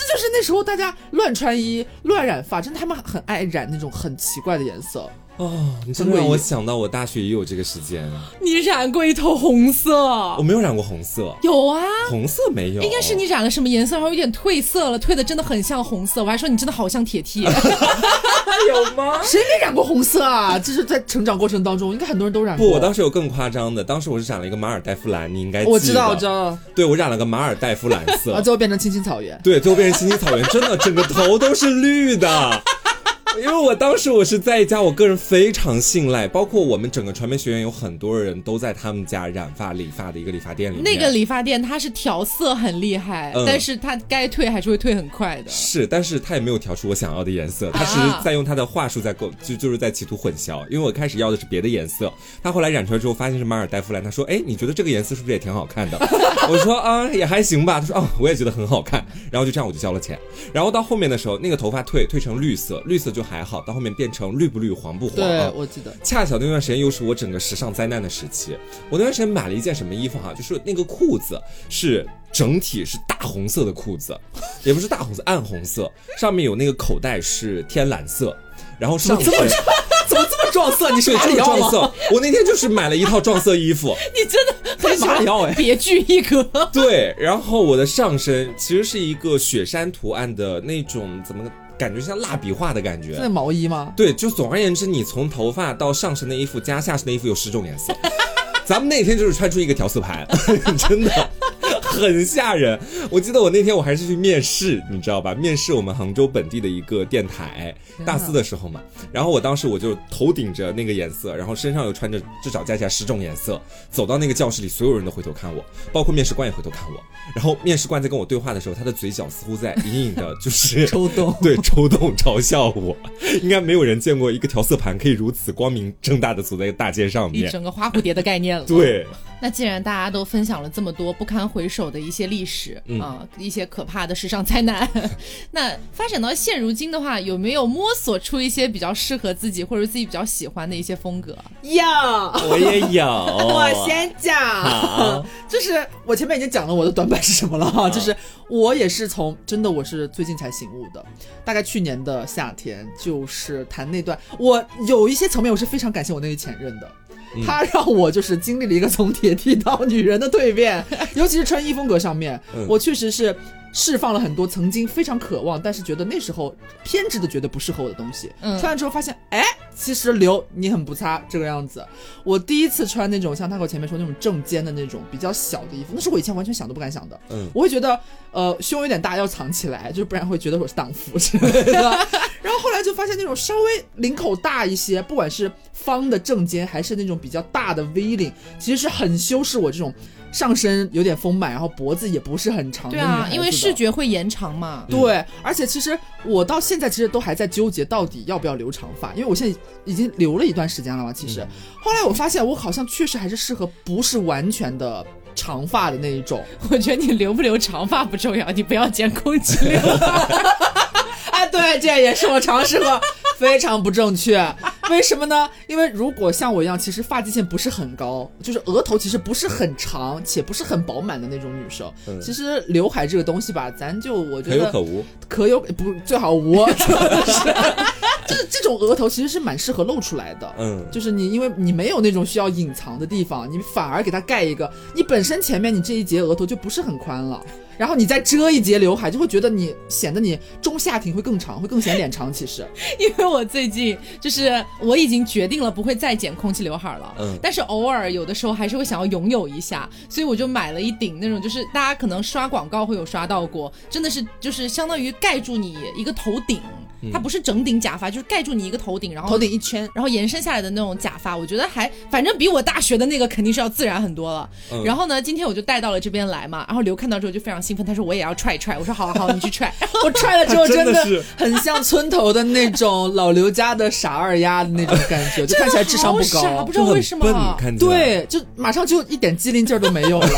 Speaker 4: 这就是那时候大家乱穿衣、乱染发，真的他们很爱染那种很奇怪的颜色。
Speaker 2: 哦，你真的让我想到我大学也有这个时间，
Speaker 3: 你染过一头红
Speaker 2: 我
Speaker 3: 色？
Speaker 2: 没有染过红色，
Speaker 3: 哦有啊，
Speaker 2: 红色没有，
Speaker 3: 应该是你染了什么颜色，然后有点褪色了，褪的真的很像红色。我还说你真的好像铁剃，
Speaker 2: 有吗？
Speaker 4: 谁没染过红色啊？这是在成长过程当中，应该很多人都染
Speaker 2: 不，
Speaker 4: 过。
Speaker 2: 我当时有更夸张的，当时我是染了一个马尔代夫蓝，你应该
Speaker 4: 我
Speaker 2: 记
Speaker 4: 知
Speaker 2: 得
Speaker 4: 道，我知道。
Speaker 2: 对我染了个马尔代夫蓝
Speaker 4: 然后
Speaker 2: 色，
Speaker 4: 啊最后变成青青草原。
Speaker 2: 对，最后变成青青草原，真的整个头都是绿的。因为我当时我是在一家我个人非常信赖，包括我们整个传媒学院有很多人都在他们家染发理发的一个理发店里面。
Speaker 3: 那个理发店它是调色很厉害，
Speaker 2: 嗯
Speaker 3: 但是它该退还是会退很快的。
Speaker 2: 是，但是他也没有调出我想要的颜色，他只是在用他的话术在构，就就是在企图混淆。因为我开始要的是别的颜色，他后来染出来之后发现是马尔代夫蓝，他说：“哎，你觉得这个颜色是不是也挺好看的？” 我说：“啊，也还行吧。”他说：“哦，我也觉得很好看。”然后就这样我就交了钱。然后到后面的时候，那个头发褪褪成绿色，绿色就还好，到后面变成绿不绿、黄不黄啊、
Speaker 4: 我记得。
Speaker 2: 恰巧那段时间又是我整个时尚灾难的时期，我那段时间买了一件什么衣服哈、就是那个裤子是整体是大红色的裤子，也不是大红色，暗红色，上面有那个口袋是天蓝色，然后上身
Speaker 4: 怎么这么撞色？你
Speaker 2: 对就是撞？色，我那天就是买了一套撞色衣 服，
Speaker 3: 你真的很喜
Speaker 4: 马
Speaker 3: 欢
Speaker 4: 里奥 哎
Speaker 3: 别具一格。
Speaker 2: 对，然后我的上身其实是一个雪山图案的那种，怎么感觉像蜡笔画的感觉，
Speaker 4: 是那毛衣 吗？
Speaker 2: 对，就总而言之，你从头发到上身的衣服加下身的衣服有十种颜色。咱们那天就是穿出一个调色盘， 真的很吓人。我记得我那天我还是去面试，你知道吧？面试我们杭州本地的一个电台，大四的时候嘛。然后我当时我就头顶着那个颜色，然后身上又穿着至少加起来十种颜色，走到那个教室里，所有人都回头看我，包括面试官也回头看我。然后面试官在跟我对话的时候，他的嘴角似乎在隐隐的，就是
Speaker 4: 抽动
Speaker 2: 对，抽动嘲笑我，应该没有人见过一个调色盘可以如此光明正大的走在大街上
Speaker 3: 一
Speaker 2: 面。
Speaker 3: 整个花蝴蝶的概 念了。
Speaker 2: 对，
Speaker 3: 那既然大家都分享了这么多不堪回首的一些历史啊、
Speaker 2: 嗯
Speaker 3: 一些可怕的时尚灾难， 那发展到现如今的话，有没有摸索出一些比较适合自己或者自己比较喜欢的一些风格？
Speaker 4: 呀，
Speaker 2: 我也 有，啊我
Speaker 4: 先讲，就是我前面已经讲了我的短板是什么了哈，就是我也是从真的我是最近才醒悟的，大概去年的夏天，就是谈那段，我有一些层面我是非常感谢我那位前任的。他让我就是经历了一个从铁剃到女人的蜕变， 尤其是穿衣风格上面
Speaker 2: 嗯，
Speaker 4: 我确实是释放了很多曾经非常渴望，但是觉得那时候偏执的觉得不适合我的东西。
Speaker 3: 嗯
Speaker 4: 穿完之后发现，哎，其实留你很不擦这个样子。我第一次穿那种像他和我前面说那种正肩的那种比较小的衣服，那是我以前完全想都不敢想的。
Speaker 2: 嗯
Speaker 4: 我会觉得，呃，胸有点大要藏起来，就是不然会觉得我是荡妇 之 类的。然后后来就发现那种稍微领口大一些，不管是方的正肩还是那种比较大的 V 领，其实是很修饰我这种上身有点丰满，然后脖子也不是很长的
Speaker 3: 对
Speaker 4: 女孩
Speaker 3: 啊
Speaker 4: 子，的
Speaker 3: 因为视觉会延长嘛。
Speaker 4: 对，而且其实我到现在其实都还在纠结到底要不要留长发，因为我现在已经留了一段时间了嘛。
Speaker 3: 嗯
Speaker 4: 其实、后来我发现我好像确实还是适合不是完全的长发的那一种。
Speaker 3: 我觉得你留不留长发不重要，你不要剪空气刘海。
Speaker 4: 哎，对，这也是我尝试过，非常不正确。为什么呢？因为如果像我一样，其实发际线不是很高，就是额头其实不是很长，且不是很饱满的那种女生。
Speaker 2: 嗯
Speaker 4: 其实刘海这个东西吧，咱就我
Speaker 2: 可
Speaker 4: 觉得
Speaker 2: 有可无。
Speaker 4: 可有不最好无，真的是 这这种额头其实是蛮适合露出来的。
Speaker 2: 嗯，
Speaker 4: 就是你，因为你没有那种需要隐藏的地方，你反而给它盖一个。你本身前面你这一截额头就不是很宽了，然后你再遮一截刘海，就会觉得你显得你中下庭会更长，会更显脸长。其实，
Speaker 3: 因为我最近就是我已经决定了不会再剪空气刘海了，
Speaker 2: 嗯
Speaker 3: 但是偶尔有的时候还是会想要拥有一下，所以我就买了一顶那种，就是大家可能刷广告会有刷到过，真的是就是相当于盖住你一个头顶，它不是整顶假发，就是盖住你一个头顶，然后
Speaker 4: 嗯头顶一圈，
Speaker 3: 然后延伸下来的那种假发，我觉得还反正比我大学的那个肯定是要自然很多了。
Speaker 2: 嗯
Speaker 3: 然后呢，今天我就带到了这边来嘛，然后刘看到之后就非常兴奋，他说我也要踹一踹，我说好啊好啊，你去踹。
Speaker 4: 我踹了之 后
Speaker 2: 真
Speaker 4: 真
Speaker 2: 的
Speaker 4: 的
Speaker 2: 是
Speaker 4: 很像村头的那种老刘家的傻二丫的那种感 觉，就看起来智商
Speaker 3: 好
Speaker 4: 不
Speaker 3: 傻
Speaker 4: 高
Speaker 3: 不。知
Speaker 2: 就
Speaker 3: 道
Speaker 2: 很
Speaker 3: 为什么
Speaker 2: 笨，看起来。
Speaker 4: 对，就马上就一点机灵劲儿都没有了。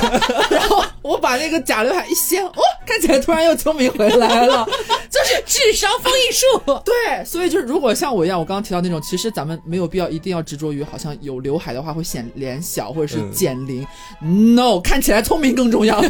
Speaker 4: 然后我 我把那个假刘海一掀，哦，看起来突然又聪明回来了。
Speaker 3: 就是智商封印 术。
Speaker 4: 对，所以就是如果像我一样，我刚刚提到那种，其实咱们没有必要一定要执着于好像有刘海的话会显脸小或者是减龄。No，看起来聪明更重要。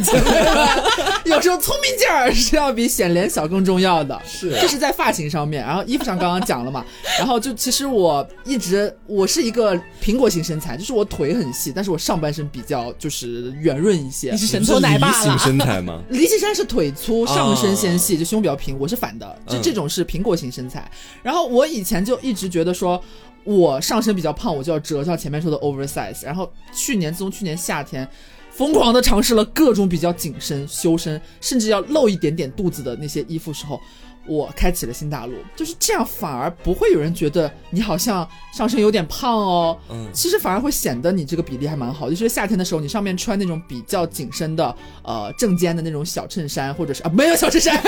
Speaker 4: 有时候聪明劲儿是要比显脸小更重要的。
Speaker 2: 是
Speaker 4: 这是在发型上面，然后衣服上刚刚讲了嘛， 然后就其实我一直我是一个苹果型身材，就是我腿很细，但是我上半身比较就是圆润一些
Speaker 3: 你。是神偷奶爸
Speaker 2: 是梨形
Speaker 3: 了，
Speaker 2: 身材 吗？
Speaker 4: 李绮珊是腿粗，
Speaker 2: 啊
Speaker 4: 上身纤细，就胸比较平。我是反的，就
Speaker 2: 嗯
Speaker 4: 这种是苹果型身材。然后我以前就一直觉得说，我上身比较胖，我就要折像前面说的 oversize。然后去年自从去年夏天。疯狂的尝试了各种比较紧身、修身，甚至要露一点点肚子的那些衣服时候，我开启了新大陆。就是这样，反而不会有人觉得你好像上身有点胖哦，
Speaker 2: 嗯，
Speaker 4: 其实反而会显得你这个比例还蛮好，就是夏天的时候，你上面穿那种比较紧身的，呃，正肩的那种小衬衫，或者是啊，没有小衬衫，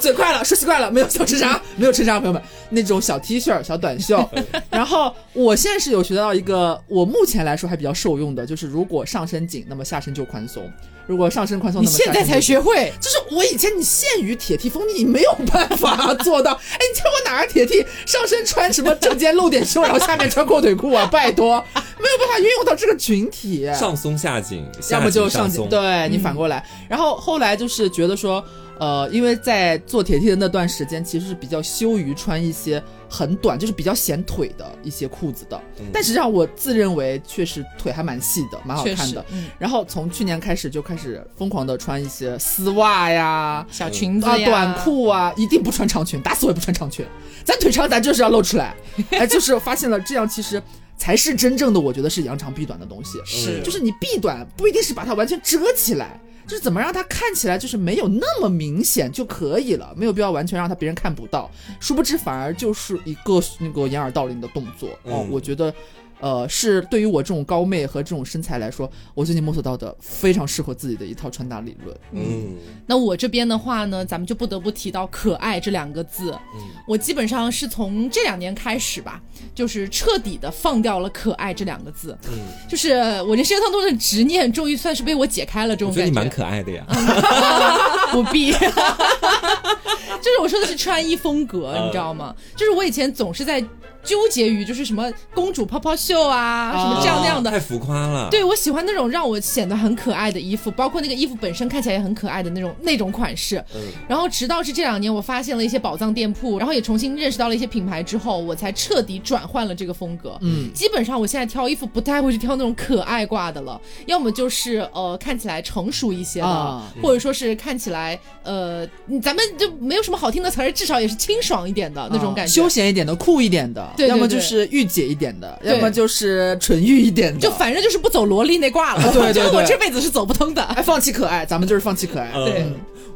Speaker 4: 嘴快了，说习惯了，没有小
Speaker 3: 嗯
Speaker 4: 衬衫，没有衬衫，朋友们，那种小 T 恤、小短袖。然后我现在是有学到一个，我目前来说还比较受用的，就是如果上身紧，那么下身就宽松；如果上身宽松，
Speaker 3: 你
Speaker 4: 那么下
Speaker 3: 现
Speaker 4: 身
Speaker 3: 在
Speaker 4: 就
Speaker 3: 才学会。
Speaker 4: 就是我以前你限于铁剃风，你没有办 法做到。哎，你叫我哪个铁剃上身穿什么正肩露点胸，然后下面穿阔腿裤啊？拜托，没有办法运用到这个群体。
Speaker 3: 啊
Speaker 2: 上松下紧，
Speaker 4: 要
Speaker 2: 下
Speaker 4: 么就
Speaker 2: 紧上
Speaker 4: 上
Speaker 2: 松，
Speaker 4: 对
Speaker 3: 嗯
Speaker 4: 你反过来。然后后来就是觉得说，呃，因为在做铁剃的那段时间，其实是比较羞于穿一些很短，就是比较显腿的一些裤子的。
Speaker 2: 嗯
Speaker 4: 但实际上，我自认为确实腿还蛮细的，蛮好
Speaker 3: 确
Speaker 4: 看
Speaker 3: 实
Speaker 4: 的，。
Speaker 3: 嗯，
Speaker 4: 然后从去年开始就开始疯狂的穿一些丝袜呀，
Speaker 2: 嗯
Speaker 3: 小裙子
Speaker 4: 啊，
Speaker 3: 呀，
Speaker 4: 短裤啊，一定不穿长裙，打死我也不穿长裙。咱腿长，咱就是要露出来。哎，就是发现了这样，其实才是真正的，我觉得是扬长避短的东西。
Speaker 2: 嗯
Speaker 3: 是
Speaker 4: 就是你避短不一定是把它完全遮起来，就是怎么让它看起来就是没有那么明显就可以了，没有必要完全让它别人看不到。殊不知反而就是一个那个掩耳盗铃的动作。哦，
Speaker 2: 嗯
Speaker 4: 我觉得。呃，是对于我这种高妹和这种身材来说，我最近摸索到的非常适合自己的一套穿搭理论。
Speaker 2: 嗯，
Speaker 3: 那我这边的话呢，咱们就不得不提到“可爱”这两个字。
Speaker 2: 嗯
Speaker 3: 我基本上是从这两年开始吧，就是彻底的放掉了“可爱”这两个字。
Speaker 2: 嗯
Speaker 3: 就是我人生当中的执念，终于算是被我解开了。这
Speaker 2: 我
Speaker 3: 种
Speaker 2: 觉得
Speaker 3: 感
Speaker 2: 你
Speaker 3: 觉，嗯
Speaker 2: 蛮可爱的呀，
Speaker 3: 不必。 就是我说的是穿衣风格，
Speaker 2: 嗯
Speaker 3: 你知道吗？就是我以前总是在纠结于就是什么公主泡泡袖啊，什么这样那样的。
Speaker 2: 太浮夸
Speaker 4: 啊
Speaker 2: 了。
Speaker 3: 对，我喜欢那种让我显得很可爱的衣服，包括那个衣服本身看起来也很可爱的那种那种款式。
Speaker 2: 嗯
Speaker 3: 然后直到是这两年，我发现了一些宝藏店铺，然后也重新认识到了一些品牌之后，我才彻底转换了这个风格。
Speaker 4: 嗯，
Speaker 3: 基本上我现在挑衣服不太会去挑那种可爱挂的了，要么就是呃看起来成熟一些的，
Speaker 4: 啊
Speaker 3: 或者说是看起来呃嗯咱们就没有什么好听的词儿，至少也是清爽一点的、那种感觉
Speaker 4: 啊休。闲一点的、酷一点的，
Speaker 3: 对对
Speaker 4: 要么
Speaker 3: 对
Speaker 4: 就是御姐一点的，
Speaker 3: 对
Speaker 4: 要么就是纯欲一点的，
Speaker 3: 就反正就是不走萝莉那挂了，
Speaker 4: 对对
Speaker 3: 我觉得
Speaker 4: 对
Speaker 3: 我这辈子是走不通的。
Speaker 4: 哎放弃可爱，咱们就是放弃可爱，
Speaker 2: 嗯
Speaker 3: 对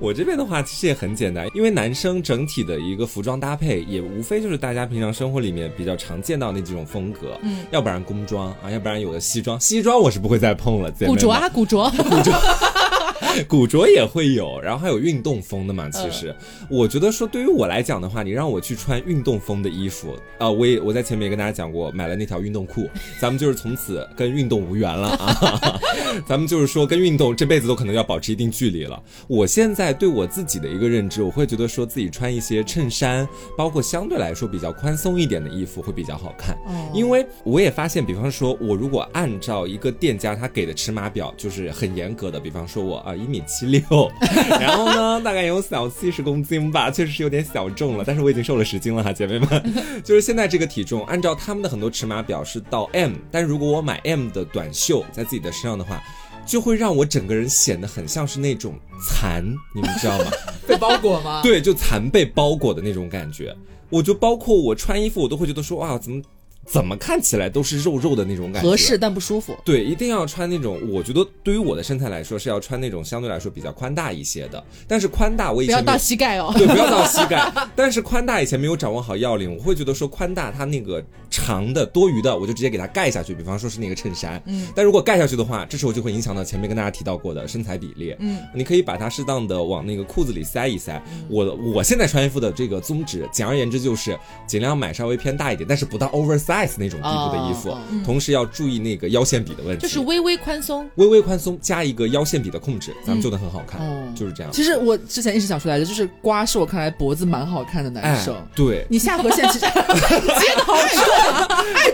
Speaker 2: 我这边的话其实也很简单，因为男生整体的一个服装搭配也无非就是大家平常生活里面比较常见到那几种风格，嗯，要不然工装啊，要不然有的西装，西装我是不会再碰了，姐妹
Speaker 3: 古
Speaker 2: 们
Speaker 3: 着啊，古着，
Speaker 2: 古着也会有，然后还有运动风的嘛。其实、
Speaker 3: 嗯
Speaker 2: 我觉得说，对于我来讲的话，你让我去穿运动风的衣服啊、我也我在前面也跟大家讲过，买了那条运动裤，咱们就是从此跟运动无缘了啊。咱们就是说，跟运动这辈子都可能要保持一定距离了。我现在对我自己的一个认知，我会觉得说自己穿一些衬衫，包括相对来说比较宽松一点的衣服会比较好看。因为我也发现，比方说，我如果按照一个店家他给的尺码表，就是很严格的，比方说我啊一米七六，然后呢大概有小七十公斤吧，确实是有点小重了，但是我已经瘦了十斤了哈，姐妹们，就是现在这个体重，按照他们的很多尺码表是到 M，但如果我买 M 的短袖在自己的身上的话。就会让我整个人显得很像是那种 蚕，你们知道吗？
Speaker 4: 被包裹 吗？
Speaker 2: 对，就蚕被包裹的那种感觉。我就包括我穿衣服，我都会觉得说哇，怎么怎么看起来都是肉肉的那种感觉。
Speaker 4: 合适但不舒服。
Speaker 2: 对，一定要穿那种，我觉得对于我的身材来说是要穿那种相对来说比较宽大一些的。但是宽大我以
Speaker 3: 不要
Speaker 2: 前没
Speaker 3: 到
Speaker 2: 有
Speaker 3: 膝盖 哦。
Speaker 2: 对，不要到膝盖。但是宽大以前没有掌握好要领，我会觉得说宽大它那个长的多余的，我就直接给它盖下去。比方说是那个衬衫，嗯，但如果盖下去的话，这时候就会影响到前面跟大家提到过的身材比例，嗯，你可以把它适当的往那个裤子里塞一塞。
Speaker 4: 嗯
Speaker 2: 我我现在穿衣服的这个宗旨，简而言之就是尽量买稍微偏大一点，但是不到 oversize Levi's 那种地步的衣服，
Speaker 4: 哦哦
Speaker 2: 同时要注意那个腰线比的问 题，
Speaker 3: 就是微微宽松。
Speaker 2: 微微宽松加一个腰线比的控制，咱们就能很好看，
Speaker 4: 哦
Speaker 2: 就是这样。
Speaker 4: 其实我之前一直想说来着，就是瓜是我看来脖子蛮好看的男
Speaker 2: 哎
Speaker 4: 生。，
Speaker 2: 对，
Speaker 4: 你下颌线 其实接的好准，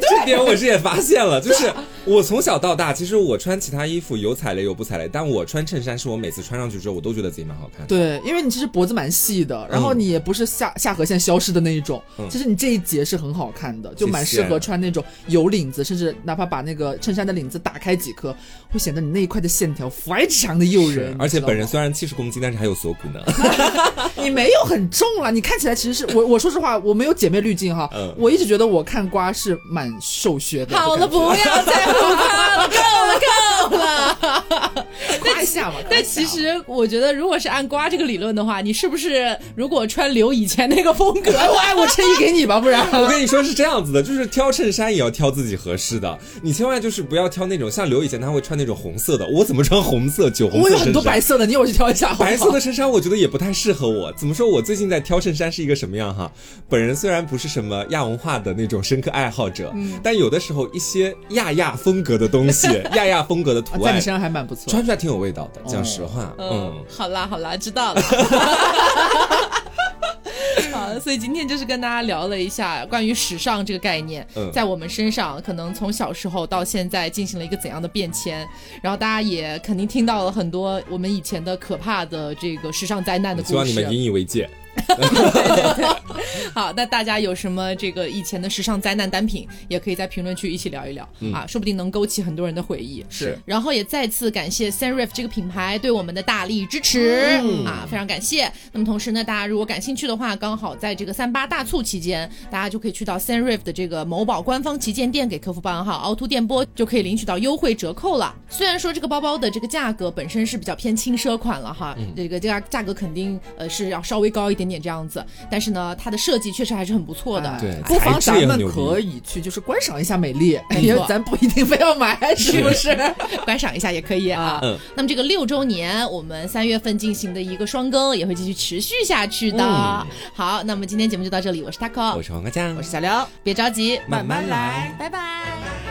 Speaker 2: 这点我是也发现了，就是我从小到大，其实我穿其他衣服有踩雷有不踩雷，但我穿衬衫是我每次穿上去之后，我都觉得自己蛮好看的。
Speaker 4: 对，因为你其实脖子蛮细的，然后
Speaker 2: 嗯
Speaker 4: 你也不是下下颌线消失的那一种，
Speaker 2: 嗯
Speaker 4: 其实你这一节是很好看的，就蛮
Speaker 2: 谢谢
Speaker 4: 适合穿那种有领子，甚至哪怕把那个衬衫的领子打开几颗，会显得你那一块的线条非常的诱
Speaker 2: 是
Speaker 4: 人。你
Speaker 2: 而且
Speaker 4: 知道
Speaker 2: 本人
Speaker 4: 吗
Speaker 2: 虽然七十公斤，但是还有锁骨呢。
Speaker 4: 你没有很重了，你看起来其实是我我说实话我没有姐妹滤镜哈，
Speaker 2: 嗯
Speaker 4: 我一直觉得我看瓜是蛮瘦削的。
Speaker 3: 好了，不要再胡夸了，够了，够了。
Speaker 4: 夸一下嘛。
Speaker 3: 但其实我觉得，如果是按瓜这个理论的话，你是不是如果穿刘以前那个风 格，
Speaker 4: 哎我哎我衬衣给你吧，不 然。
Speaker 2: 我跟你说是这样子的，就是挑衬衫也要挑自己合适的，你千万就是不要挑那种像刘以前他会穿那种红色的，我怎么穿红色、酒红
Speaker 4: 我
Speaker 2: 色
Speaker 4: 有
Speaker 2: 衬衫？
Speaker 4: 很多白色的，你让我去挑一下好不好。
Speaker 2: 白色的衬衫，我觉得也不太适合我。怎么说？我最近在挑衬衫是一个什么样哈？本人虽然不是什么亚文化的那种深刻爱好者，
Speaker 4: 嗯
Speaker 2: 但有的时候一些亚亚风格的东 西，亚亚风格的
Speaker 4: 啊哦
Speaker 2: 图
Speaker 4: 在你
Speaker 2: 案，
Speaker 4: 身上还蛮不错。
Speaker 2: 穿出来挺有味道的。讲实话，嗯
Speaker 3: 嗯，，好啦好啦，知道 了。好，所以今天就是跟大家聊了一下关于时尚这个概念，
Speaker 2: 嗯
Speaker 3: 在我们身上可能从小时候到现在进行了一个怎样的变迁，然后大家也肯定听到了很多我们以前的可怕的这个时尚灾难的
Speaker 4: 呃
Speaker 3: 故事。
Speaker 2: 嗯希望 你们引以为戒。
Speaker 3: 好，那大家有什么这个以前的时尚灾难单品，也可以在评论区一起聊一聊、
Speaker 2: 嗯
Speaker 3: 啊，说不定能勾起很多人的回忆。
Speaker 2: 是，
Speaker 3: 然后也再次感谢 Sanref 这个品牌对我们的大力支持、啊，非常感谢。那么同时呢，大家如果感兴趣的话，刚好在这个三八大促期间，大家就可以去到 Sanref 的这个某宝官方旗舰店给客服报暗号“凹凸电波”，就可以领取到优惠折扣了。虽然说这个包包的这个价格本身是比较偏轻奢款了哈，这个价价格肯定呃是要稍微高一点点这样子，但是呢，它的设计确实还是很不错的。啊
Speaker 4: 哎
Speaker 2: 对
Speaker 4: 不
Speaker 2: 材
Speaker 4: 妨
Speaker 2: 质
Speaker 4: 咱
Speaker 2: 也很
Speaker 4: 们
Speaker 2: 牛逼嗯
Speaker 4: 可以去就是观赏一下美丽，
Speaker 3: 没
Speaker 4: 因为
Speaker 3: 错
Speaker 4: 咱不一定非要买，是不是？啊
Speaker 3: 观赏一下也可以啊。
Speaker 2: 嗯
Speaker 3: 那么这个六周年，我们三月份进行的一个双更也会继续持续下去的。
Speaker 2: 嗯
Speaker 3: 好，那么今天节目就到这里，我是 taco，
Speaker 2: 我是黄瓜酱
Speaker 3: 我，是小刘，别着急，
Speaker 2: 慢慢来。
Speaker 3: 拜拜。